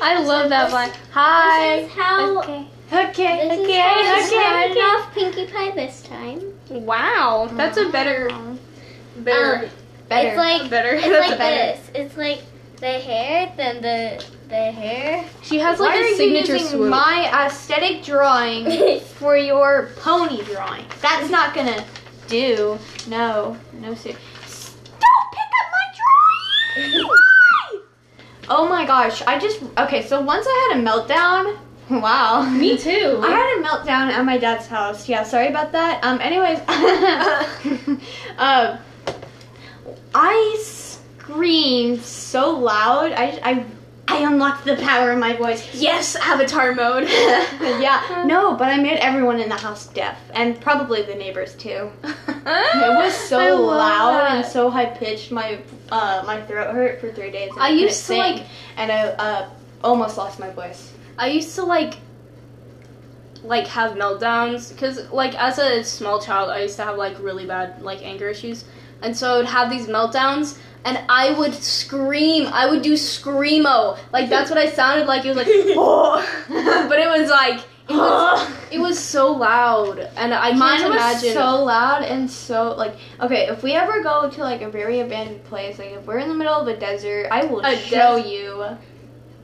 Speaker 1: I love that line.
Speaker 2: Hi.
Speaker 3: This is how.
Speaker 2: Okay. Okay.
Speaker 3: This is
Speaker 2: Okay.
Speaker 3: how I
Speaker 2: Okay.
Speaker 3: started
Speaker 2: Okay.
Speaker 3: off Pinkie Pie this time. Um,
Speaker 1: Wow, Um, that's a better, better,
Speaker 3: It's like
Speaker 1: better. (laughs)
Speaker 3: it's
Speaker 1: that's
Speaker 3: like
Speaker 1: better.
Speaker 3: this. It's like the hair, then the the
Speaker 2: (laughs)
Speaker 3: hair. (laughs)
Speaker 1: She has
Speaker 2: Why
Speaker 1: like
Speaker 2: are
Speaker 1: a
Speaker 2: you
Speaker 1: signature
Speaker 2: using
Speaker 1: swoop.
Speaker 2: my aesthetic
Speaker 1: (laughs)
Speaker 2: drawing for your pony drawing? That's not gonna do. No, no, sir. Don't pick up my drawing. Why?
Speaker 1: (laughs)
Speaker 2: Oh my gosh! I just okay. So once I had a meltdown. (laughs) Wow.
Speaker 1: (laughs) Me too.
Speaker 2: I had a meltdown at my dad's house. Yeah, sorry about that. Um, anyways, (laughs) um, I screamed so loud. I, I, I unlocked the power in my voice.
Speaker 1: yes, avatar mode. (laughs)
Speaker 2: yeah, no, but I made everyone in the house deaf, and probably the neighbors too. It was (gasps) so
Speaker 1: I love
Speaker 2: loud and
Speaker 1: that.
Speaker 2: so high pitched. My uh, my throat hurt for three days. and
Speaker 1: I
Speaker 2: couldn't
Speaker 1: used to,
Speaker 2: sing,
Speaker 1: like-
Speaker 2: and I uh, almost lost my (laughs) voice.
Speaker 1: I used to like like have meltdowns because like as a small child I used to have like really bad like anger issues and so I would have these meltdowns and I would scream I would do screamo like that's what I sounded like it was like (laughs)
Speaker 2: (laughs)
Speaker 1: oh but it was like it was, it was so loud and I
Speaker 2: Mine
Speaker 1: can't
Speaker 2: was
Speaker 1: imagine
Speaker 2: so loud and so like okay. If we ever go to like a very abandoned place, like if we're in the middle of a desert, I will
Speaker 1: A
Speaker 2: show
Speaker 1: des-
Speaker 2: (laughs) you.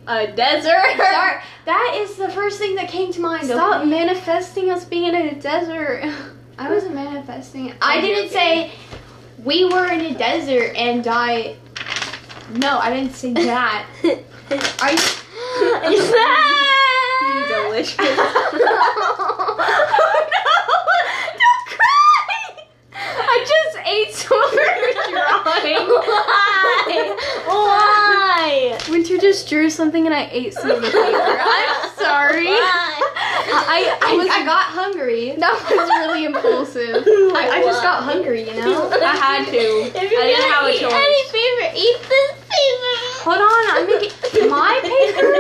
Speaker 1: a desert (laughs)
Speaker 2: Sorry, that is the first thing that came to mind.
Speaker 1: stop
Speaker 2: okay?
Speaker 1: manifesting us being in a desert (laughs)
Speaker 2: I wasn't manifesting. I
Speaker 1: Okay,
Speaker 2: didn't say we were in a desert and I. No, I didn't say (laughs) that. (laughs) Are you?
Speaker 1: (laughs) delicious (laughs) Oh,
Speaker 2: Don't cry.
Speaker 1: I just ate some of her drawing.
Speaker 3: Why?
Speaker 1: Winter just drew something and I ate some of the paper. (laughs) I'm sorry.
Speaker 3: Why?
Speaker 1: I, I
Speaker 2: I,
Speaker 1: was
Speaker 2: I got hungry.
Speaker 1: that was really impulsive.
Speaker 2: I, I just got hungry, you know?
Speaker 1: (laughs) I had to.
Speaker 3: If you're
Speaker 1: I didn't
Speaker 3: gonna
Speaker 1: have a
Speaker 3: eat
Speaker 1: choice.
Speaker 3: any paper, eat this paper.
Speaker 2: Hold on, I'm making my paper.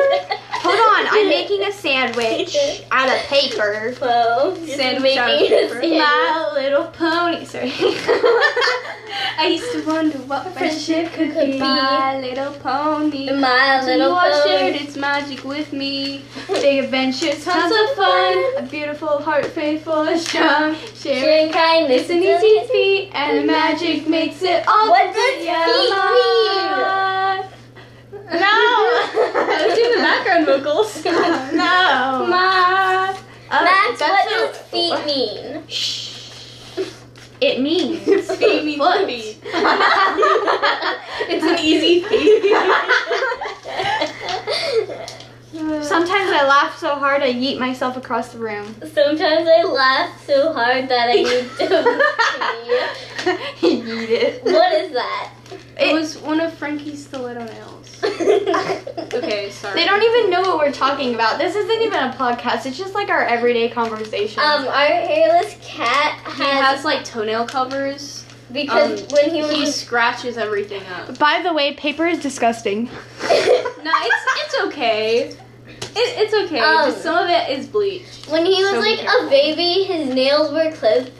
Speaker 2: Hold on, I'm
Speaker 3: (laughs)
Speaker 2: making a sandwich out of paper.
Speaker 3: Well,
Speaker 1: Sandwich out of paper. (laughs)
Speaker 2: My little pony, (laughs) sorry.
Speaker 1: I used to wonder what friendship could
Speaker 3: Could
Speaker 1: be.
Speaker 3: be.
Speaker 1: My little pony.
Speaker 3: My little
Speaker 1: you all shared
Speaker 3: pony.
Speaker 1: its magic with me.
Speaker 2: Big adventures, tons of fun. A beautiful heart, faithful and strong. Sharing
Speaker 3: Sharing kindness
Speaker 2: is an easy feat, and magic makes it all
Speaker 3: What
Speaker 2: be
Speaker 3: does feat
Speaker 2: alive. (laughs) No!
Speaker 1: I was doing the background (laughs) vocals.
Speaker 2: no!
Speaker 1: My
Speaker 2: Uh,
Speaker 3: Max, what does
Speaker 2: a-
Speaker 3: feet
Speaker 1: (laughs)
Speaker 3: mean? (laughs)
Speaker 2: It means
Speaker 1: feet means
Speaker 2: foot.
Speaker 1: feet. It's an easy feat.
Speaker 2: (laughs) Sometimes I laugh so hard I yeet myself across the room.
Speaker 3: Sometimes I laugh so hard that I
Speaker 2: (laughs)
Speaker 1: (laughs)
Speaker 3: need to
Speaker 2: yeet it.
Speaker 3: pee. What is that?
Speaker 1: It was one of Frankie's stiletto nails. (laughs) Okay, sorry.
Speaker 2: They don't even know what we're talking about. This isn't even a podcast. It's just like our everyday conversation.
Speaker 3: Um, our hairless cat
Speaker 1: He
Speaker 3: has,
Speaker 1: has like toenail covers.
Speaker 3: because
Speaker 1: um,
Speaker 3: when he
Speaker 1: He
Speaker 3: was
Speaker 1: scratches everything up.
Speaker 2: By the way, paper is disgusting.
Speaker 3: (laughs)
Speaker 1: No, it's it's okay. It, it's okay.
Speaker 3: Um,
Speaker 1: Just some of it is bleached.
Speaker 3: when he was
Speaker 1: So be
Speaker 3: like a baby, his nails were clipped,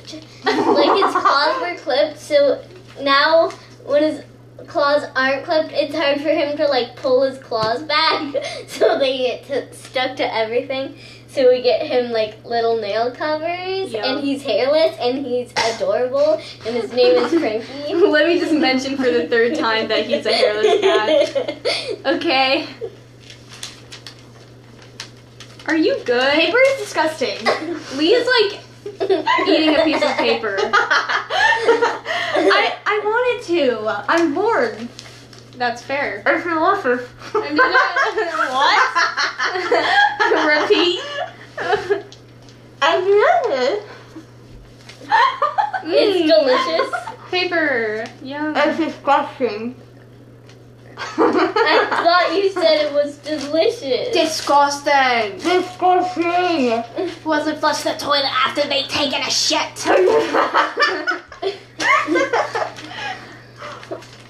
Speaker 3: like
Speaker 1: (laughs)
Speaker 3: his claws were clipped. So now when his claws aren't clipped, it's hard for him to like pull his claws back, (laughs) so they get to, stuck to everything. So we get him like little nail covers,
Speaker 1: Yeah.
Speaker 3: and he's hairless, and he's adorable, and his
Speaker 1: (laughs)
Speaker 3: name is Frankie.
Speaker 1: (laughs) Let me just mention for the third time that he's a hairless cat.
Speaker 3: (laughs)
Speaker 1: Okay. Are you good?
Speaker 2: (laughs) Paper is disgusting.
Speaker 1: Leah's like eating a piece of paper.
Speaker 2: I I wanted to. I'm bored.
Speaker 1: That's fair.
Speaker 2: I feel awful.
Speaker 1: I'm not- What?
Speaker 2: (laughs)
Speaker 1: Repeat.
Speaker 2: I love it. (laughs)
Speaker 3: It's delicious.
Speaker 4: Paper. Yeah.
Speaker 2: It's disgusting.
Speaker 3: I thought you said it was delicious.
Speaker 4: Disgusting.
Speaker 2: disgusting.
Speaker 4: Wasn't flush the toilet after they taken a shit.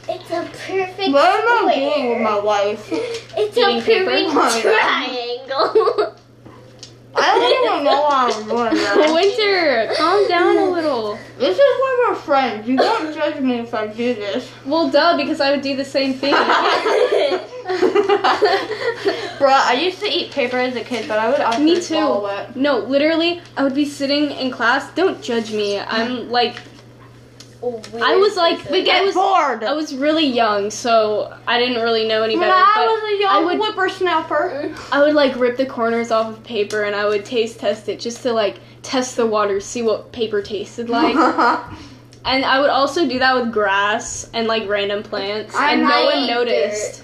Speaker 3: it's a perfect
Speaker 2: what am I
Speaker 3: square.
Speaker 2: doing with my life?
Speaker 3: It's
Speaker 1: Eating
Speaker 3: a
Speaker 1: paper?
Speaker 3: perfect
Speaker 2: Oh, yeah.
Speaker 3: triangle.
Speaker 2: I don't even know what I'm doing.
Speaker 1: (laughs) (laughs)
Speaker 2: now.
Speaker 1: Winter, calm down a little.
Speaker 2: This is why we're friends.
Speaker 1: (laughs)
Speaker 2: You don't judge me if I do this.
Speaker 1: Well, duh, because I would do the same
Speaker 2: (laughs)
Speaker 1: thing.
Speaker 2: Bruh, I used to eat paper as a kid, but I would often
Speaker 1: Me too.
Speaker 2: swallow it.
Speaker 1: No, literally, I would be sitting in class. Don't judge me. I'm like, I was like,
Speaker 3: Weird
Speaker 1: I was,
Speaker 2: bored.
Speaker 1: I was really young, so I didn't really know any
Speaker 2: when
Speaker 1: better.
Speaker 2: I
Speaker 1: but
Speaker 2: was a
Speaker 1: I
Speaker 2: young
Speaker 1: would-
Speaker 2: whippersnapper.
Speaker 1: I would like rip the corners off of paper and I would taste test it just to like test the water, see what paper
Speaker 2: (laughs)
Speaker 1: tasted like. and I would also do that with grass and like random plants,
Speaker 2: I
Speaker 1: and
Speaker 3: know.
Speaker 1: no one
Speaker 3: I
Speaker 1: noticed.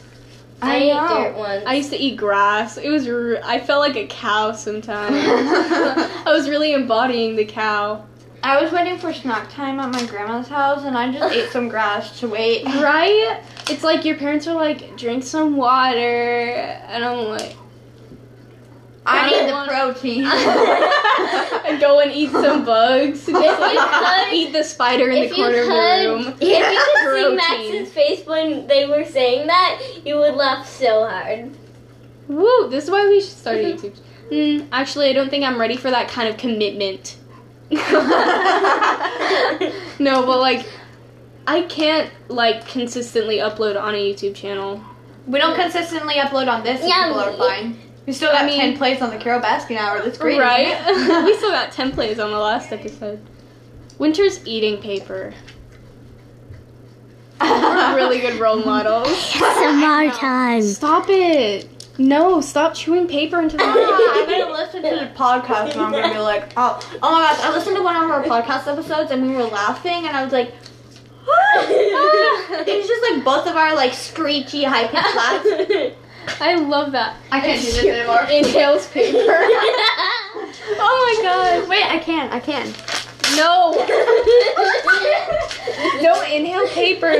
Speaker 3: I
Speaker 2: I know.
Speaker 3: ate dirt once.
Speaker 1: I used to eat grass. It was r I I felt like a cow
Speaker 2: (laughs)
Speaker 1: sometimes. (laughs) I was really embodying the cow,
Speaker 2: I was waiting for snack time at my grandma's house, and
Speaker 1: (laughs)
Speaker 2: I just ate some grass to wait.
Speaker 1: right? It's like your parents are like, drink some water, and I'm like,
Speaker 2: I need
Speaker 1: want-
Speaker 2: the protein.
Speaker 1: (laughs)
Speaker 2: (laughs)
Speaker 1: I go and eat some (laughs) bugs. Just like eat the spider in
Speaker 3: if
Speaker 1: the
Speaker 3: you
Speaker 1: corner of the room.
Speaker 3: could, (laughs) if you could see
Speaker 1: Protein.
Speaker 3: Max's face when they were saying that, you would laugh
Speaker 2: (laughs)
Speaker 3: so hard. (laughs)
Speaker 1: Woo! This is why we should (laughs) start a
Speaker 3: Mhm.
Speaker 1: YouTube. Mm, actually, I don't think I'm ready for that kind of commitment. no, but like, I can't like consistently upload on a YouTube channel.
Speaker 2: we don't consistently upload on this.
Speaker 3: Yeah,
Speaker 2: Yeah, people are
Speaker 3: we-
Speaker 2: fine. We still got
Speaker 1: I mean-
Speaker 2: ten plays on the Carol Baskin hour. That's great. isn't
Speaker 1: right? (laughs)
Speaker 2: (laughs) it?
Speaker 1: we still got ten plays on the last episode. Winter's eating paper. We're really good role
Speaker 2: (laughs)
Speaker 1: models.
Speaker 3: Some more time.
Speaker 1: Stop it! No, stop chewing paper into (laughs) the.
Speaker 2: Ah, I'm gonna listen to the podcast and I'm gonna be like, oh, oh my gosh! I listened to one of our podcast episodes and we were laughing and I was like, (gasps) (laughs) it was just like both of our like screechy high
Speaker 1: (laughs)
Speaker 2: pitched laughs.
Speaker 1: I love that.
Speaker 2: I can't do this anymore.
Speaker 1: (laughs) Inhales paper. (laughs) oh my god!
Speaker 2: Wait, I can, I can.
Speaker 1: No, no, inhale (laughs) paper.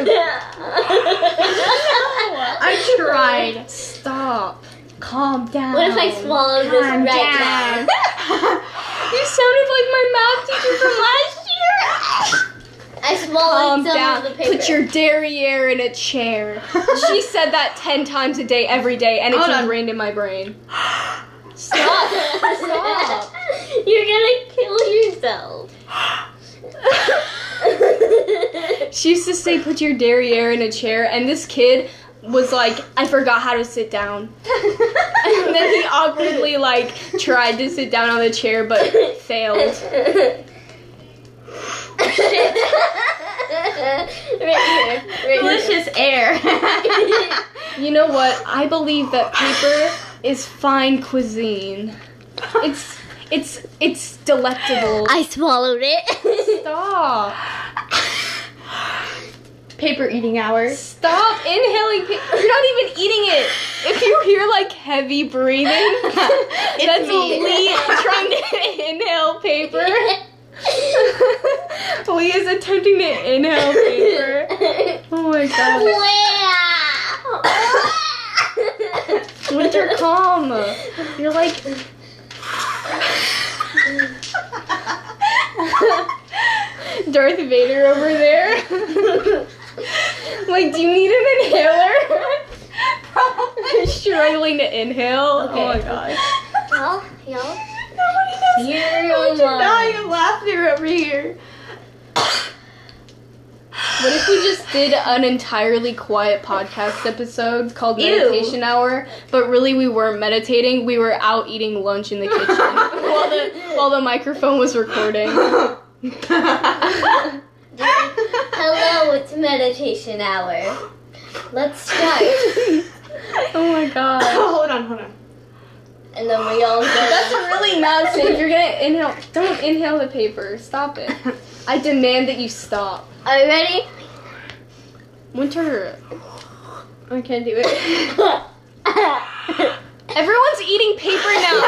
Speaker 2: I tried.
Speaker 1: (laughs) Stop.
Speaker 2: Calm down.
Speaker 3: What if I swallowed this
Speaker 2: Calm
Speaker 3: right
Speaker 2: down.
Speaker 3: now?
Speaker 2: (laughs)
Speaker 1: You sounded like my math teacher from last year.
Speaker 3: I swallowed
Speaker 1: (laughs) Calm
Speaker 3: some
Speaker 1: down.
Speaker 3: of the paper.
Speaker 1: Put your derriere in a (laughs) chair. she said that ten times a day, every day, and it's
Speaker 2: Hold on.
Speaker 1: ingrained in my brain.
Speaker 3: Stop. You're gonna kill yourself.
Speaker 1: She used to say, "Put your derriere in a chair," and this kid was like, "I forgot how to sit down," and then he awkwardly like tried to sit down on the chair but failed.
Speaker 3: right here. Right here.
Speaker 2: Delicious air. (laughs)
Speaker 1: You know what? I believe that paper is fine cuisine. It's it's it's delectable.
Speaker 3: I
Speaker 1: (laughs)
Speaker 3: swallowed it.
Speaker 1: Stop.
Speaker 2: Paper eating hours.
Speaker 1: Stop inhaling. Pa- You're not even eating it. If you hear like heavy
Speaker 3: (laughs)
Speaker 1: breathing, that's
Speaker 2: me.
Speaker 1: Lee trying to inhale paper. Lee is attempting to inhale paper. Oh my god. Winter, calm. You're like Darth Vader over there. like, do you need an inhaler? Struggling to inhale. Oh my
Speaker 3: Okay.
Speaker 1: god.
Speaker 3: Y'all, y'all.
Speaker 2: Nobody knows.
Speaker 3: You're
Speaker 2: You're dying of laughter over here.
Speaker 1: What if we just did an entirely quiet podcast episode called
Speaker 2: Ew.
Speaker 1: Meditation Hour, but really we weren't meditating, we were out eating lunch in the (laughs) kitchen while the while the microphone was (laughs) recording.
Speaker 3: Hello, it's meditation hour. Let's start.
Speaker 1: Oh my god.
Speaker 2: (laughs) hold on, hold on.
Speaker 3: And then we all go.
Speaker 1: That's really nonsense. You're gonna inhale. Don't inhale the paper. Stop it. I demand that you stop.
Speaker 3: Are you ready?
Speaker 1: Winter.
Speaker 2: I can't do it.
Speaker 3: That's
Speaker 1: Everyone's eating paper now.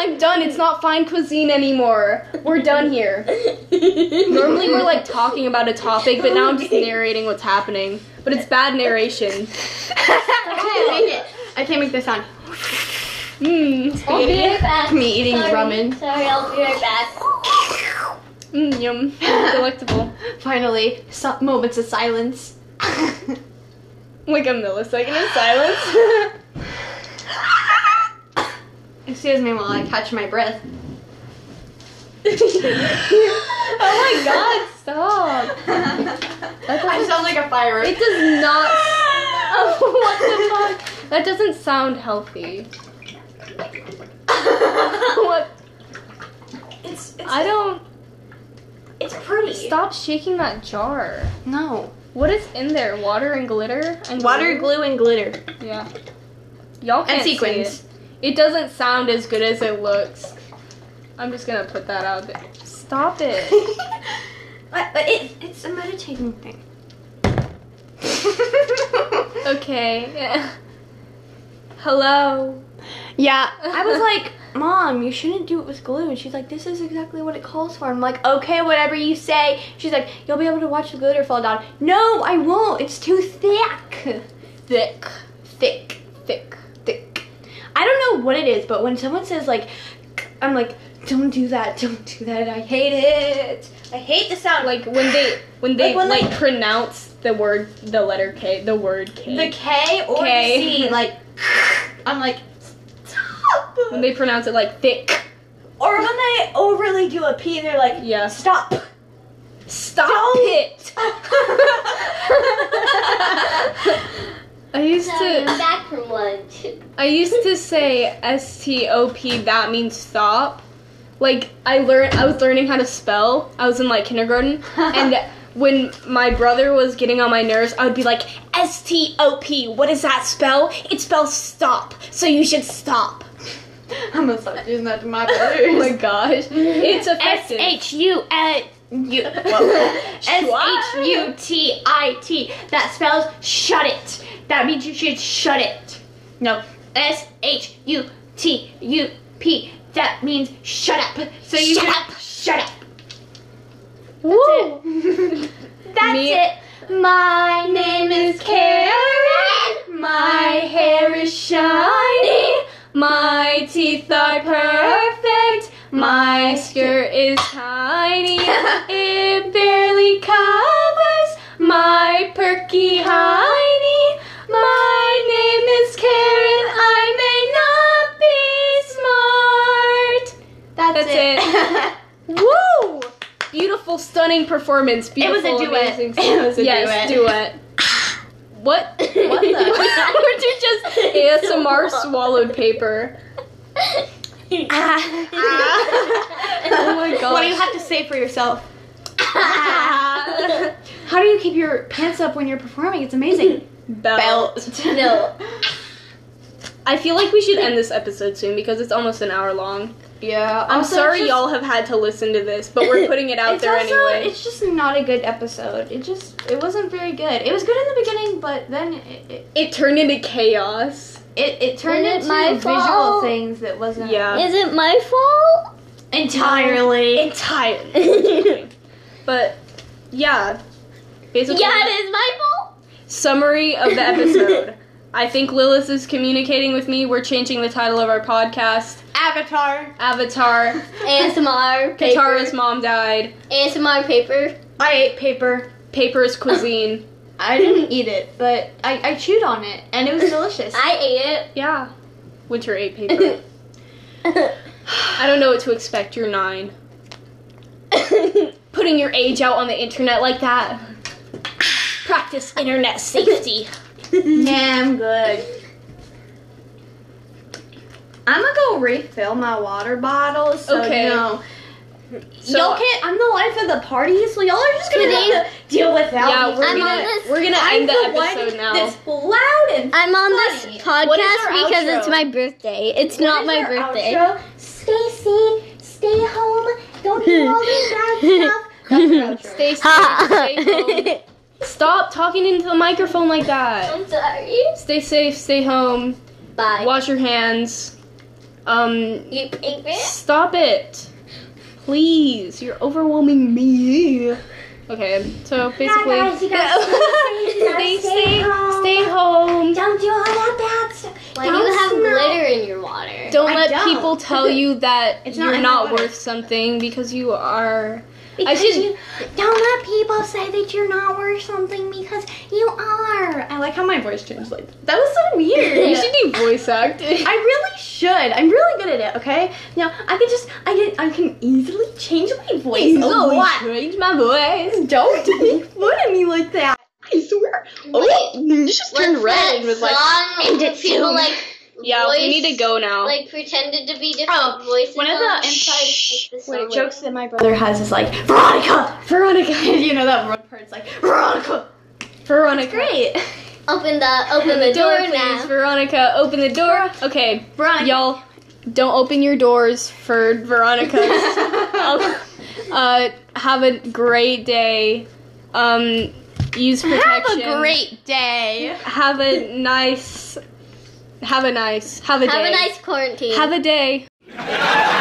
Speaker 1: I'm done. It's not fine cuisine anymore. We're done here. (laughs) Normally we're like talking about a topic, but now I'm just narrating what's happening. But it's bad narration.
Speaker 2: I can't make this sound.
Speaker 1: Mmm.
Speaker 3: I'll be right back.
Speaker 2: Me eating
Speaker 3: Sorry.
Speaker 2: ramen.
Speaker 3: Sorry, I'll be right back.
Speaker 1: Mmm, yum. Delectable.
Speaker 2: Finally, so- moments of silence.
Speaker 1: Like a millisecond of silence.
Speaker 2: Excuse me while I catch my breath.
Speaker 1: oh my god, stop.
Speaker 5: I sound like a firework.
Speaker 1: It does
Speaker 2: (laughs)
Speaker 1: not. Oh, what the fuck? That doesn't sound healthy. What?
Speaker 5: It's, it's,
Speaker 1: I don't.
Speaker 5: it's pretty.
Speaker 1: Stop shaking that jar.
Speaker 2: No.
Speaker 1: What is in there? Water and glitter? And
Speaker 2: Water, glue, and glitter.
Speaker 1: glue? Yeah. Y'all can't
Speaker 2: And
Speaker 1: see
Speaker 2: sequins.
Speaker 1: it. It doesn't sound as good as it looks. I'm just gonna put that out there. Stop it.
Speaker 2: (laughs) But but it, it's a meditating (laughs) thing.
Speaker 1: Okay. (laughs) Hello.
Speaker 5: (laughs)
Speaker 2: yeah, I was like, Mom, you shouldn't do it with glue. And she's like, This is exactly what it calls for. I'm like, Okay, whatever you say. She's like, You'll be able to watch the glitter fall down. No, I won't. It's too thick.
Speaker 1: Thick.
Speaker 2: Thick.
Speaker 1: Thick.
Speaker 2: Thick. I don't know what it is, but when someone says, like, I'm like, Don't do that. Don't do that. I hate it. I hate the sound.
Speaker 1: Like when they when they
Speaker 2: Like,
Speaker 1: like,
Speaker 2: when they-
Speaker 1: pronounce the word the letter K the word K.
Speaker 5: The K or
Speaker 1: K.
Speaker 5: the
Speaker 2: (laughs)
Speaker 5: C, like I'm like stop.
Speaker 1: when they pronounce it like thick.
Speaker 5: Or when they overly do a P, they're like
Speaker 1: Yeah.
Speaker 5: stop.
Speaker 1: Stop
Speaker 5: Don't.
Speaker 1: it. I used
Speaker 3: So I'm
Speaker 1: to
Speaker 3: back from lunch.
Speaker 1: I used to say S T O P that means stop. Like I learned I was learning how to spell. I was in like
Speaker 2: (laughs)
Speaker 1: kindergarten and when my brother was getting on my nerves, I would be like S T O P. What does that spell? It spells stop. So you should stop.
Speaker 2: I'm gonna stop doing that to
Speaker 1: (laughs)
Speaker 2: my
Speaker 1: Oh
Speaker 2: brothers.
Speaker 1: my gosh. It's
Speaker 2: S
Speaker 1: effective.
Speaker 2: H U N U S H U T I T. That spells shut it. That means you should shut it. No, S H U T U P. That means shut up. So you
Speaker 3: Shut
Speaker 2: should
Speaker 3: up.
Speaker 2: shut up.
Speaker 1: Woo! (laughs)
Speaker 2: That's
Speaker 1: Me-
Speaker 2: it. My name is Karen. My hair is shiny.
Speaker 1: My teeth are perfect. My skirt is (laughs) tiny. It barely covers my perky hiney. My name is Karen. I may not be smart.
Speaker 2: That's,
Speaker 1: That's
Speaker 2: (laughs)
Speaker 1: it. Woo! Beautiful, stunning performance. Beautiful,
Speaker 2: duet.
Speaker 1: amazing (laughs)
Speaker 2: It was a
Speaker 1: yes, duet. What? What the?
Speaker 3: (laughs)
Speaker 1: Would (laughs) you just ASMR swallowed paper? Oh my god.
Speaker 2: What do you have to say for yourself? How do you keep your pants up when you're performing?
Speaker 1: (laughs)
Speaker 2: It's amazing.
Speaker 3: (laughs) no,
Speaker 1: I feel like we should end this episode soon because it's almost an hour long.
Speaker 2: Yeah.
Speaker 1: I'm
Speaker 2: also,
Speaker 1: sorry
Speaker 2: it's just-
Speaker 1: y'all have had to listen to this, but
Speaker 2: (laughs)
Speaker 1: we're putting it out
Speaker 2: It's
Speaker 1: there
Speaker 2: also
Speaker 1: anyway.
Speaker 2: it's just not a good episode. It just it wasn't very good. It was good in the beginning, but then it it,
Speaker 1: It turned into chaos.
Speaker 2: it, it turned
Speaker 3: Isn't it
Speaker 2: into visual
Speaker 3: my fault?
Speaker 2: things that wasn't
Speaker 1: Yeah.
Speaker 3: is it my fault?
Speaker 2: entirely.
Speaker 1: Entirely.
Speaker 2: (laughs)
Speaker 1: But yeah. Basically
Speaker 3: yeah, it is my fault.
Speaker 1: summary of the
Speaker 2: (laughs)
Speaker 1: episode. I think Lilith is communicating with me. We're changing the title of our podcast.
Speaker 2: Avatar. (laughs)
Speaker 1: Avatar. (laughs)
Speaker 3: ASMR paper.
Speaker 1: Katara's mom died.
Speaker 3: ASMR paper.
Speaker 2: I ate paper. (laughs)
Speaker 1: Paper's cuisine.
Speaker 2: I didn't eat it, but I, I chewed on it and it
Speaker 1: (laughs)
Speaker 2: was delicious.
Speaker 3: I
Speaker 1: Yeah. Winter ate paper.
Speaker 2: (laughs)
Speaker 3: ate
Speaker 1: I don't know what to expect. You're nine.
Speaker 3: it.
Speaker 1: Putting your age out on the internet like that. Practice internet safety. Mm-hmm.
Speaker 2: yeah, I'm good. I'm gonna go refill my water bottle. So
Speaker 1: Okay.
Speaker 2: No.
Speaker 1: So-
Speaker 2: y'all can't. I'm the life of the party, so y'all are just gonna
Speaker 3: Today-
Speaker 2: have to deal with that.
Speaker 1: yeah, we're
Speaker 3: I'm
Speaker 1: gonna
Speaker 3: on this-
Speaker 1: we're gonna
Speaker 2: I'm (laughs)
Speaker 1: end the
Speaker 2: the one
Speaker 1: episode now.
Speaker 2: that's loud and
Speaker 3: (laughs) I'm on this
Speaker 1: What is
Speaker 3: podcast
Speaker 1: our
Speaker 3: because
Speaker 1: outro?
Speaker 3: it's my birthday. It's not my birthday.
Speaker 5: Stay safe. Stay home. Don't do all this bad stuff.
Speaker 1: (laughs) Stay safe.
Speaker 3: Ha. (laughs)
Speaker 1: stay home. Stop talking into the microphone like that.
Speaker 3: I'm sorry.
Speaker 1: Stay safe. Stay home.
Speaker 3: Bye.
Speaker 1: Wash your hands. Um,
Speaker 3: You pink bitch.
Speaker 1: stop it. Please, you're overwhelming me. Okay, so basically,
Speaker 2: you guys-
Speaker 1: (laughs) stay, stay, stay home.
Speaker 2: Don't do all that bad stuff.
Speaker 3: Why do you
Speaker 2: Don't
Speaker 3: have
Speaker 2: smell.
Speaker 3: glitter in your water?
Speaker 1: Don't
Speaker 2: I
Speaker 1: let
Speaker 2: don't.
Speaker 1: people tell you that
Speaker 2: It's not
Speaker 1: you're
Speaker 2: in my
Speaker 1: not
Speaker 2: water.
Speaker 1: worth something because you are.
Speaker 2: Because
Speaker 1: should-
Speaker 2: you don't let people say that you're not worth something because you are. I like how my voice changed. Like that was so
Speaker 1: (laughs)
Speaker 2: weird.
Speaker 1: You should do voice acting.
Speaker 2: I really should. I'm really good at it. Okay. Now I can just I can I can easily change my voice. a lot.
Speaker 1: change my voice.
Speaker 2: Don't make fun of me like that. I swear. Oh, you just turned red and was like,
Speaker 3: song
Speaker 2: "End it
Speaker 3: people
Speaker 2: soon."
Speaker 3: like
Speaker 1: Yeah,
Speaker 3: voice,
Speaker 1: we need to go now.
Speaker 3: Like pretended to be different voices.
Speaker 2: one of
Speaker 3: on
Speaker 2: the-
Speaker 3: inside (laughs) like, the song.
Speaker 2: Wait, jokes that my brother has is like Veronica, Veronica. (laughs) you know that one part's like Veronica.
Speaker 1: Veronica.
Speaker 2: Great.
Speaker 3: Open the open the door,
Speaker 1: please,
Speaker 3: now.
Speaker 1: Veronica. Open the door. Okay,
Speaker 2: Veronica. (laughs)
Speaker 1: y'all, don't open your doors for Veronica.
Speaker 2: (laughs)
Speaker 1: uh, have a great day. Um, use protection.
Speaker 2: day.
Speaker 1: Have a nice. Have a nice. Have a
Speaker 3: Have
Speaker 1: day.
Speaker 3: a nice quarantine.
Speaker 1: Have a day.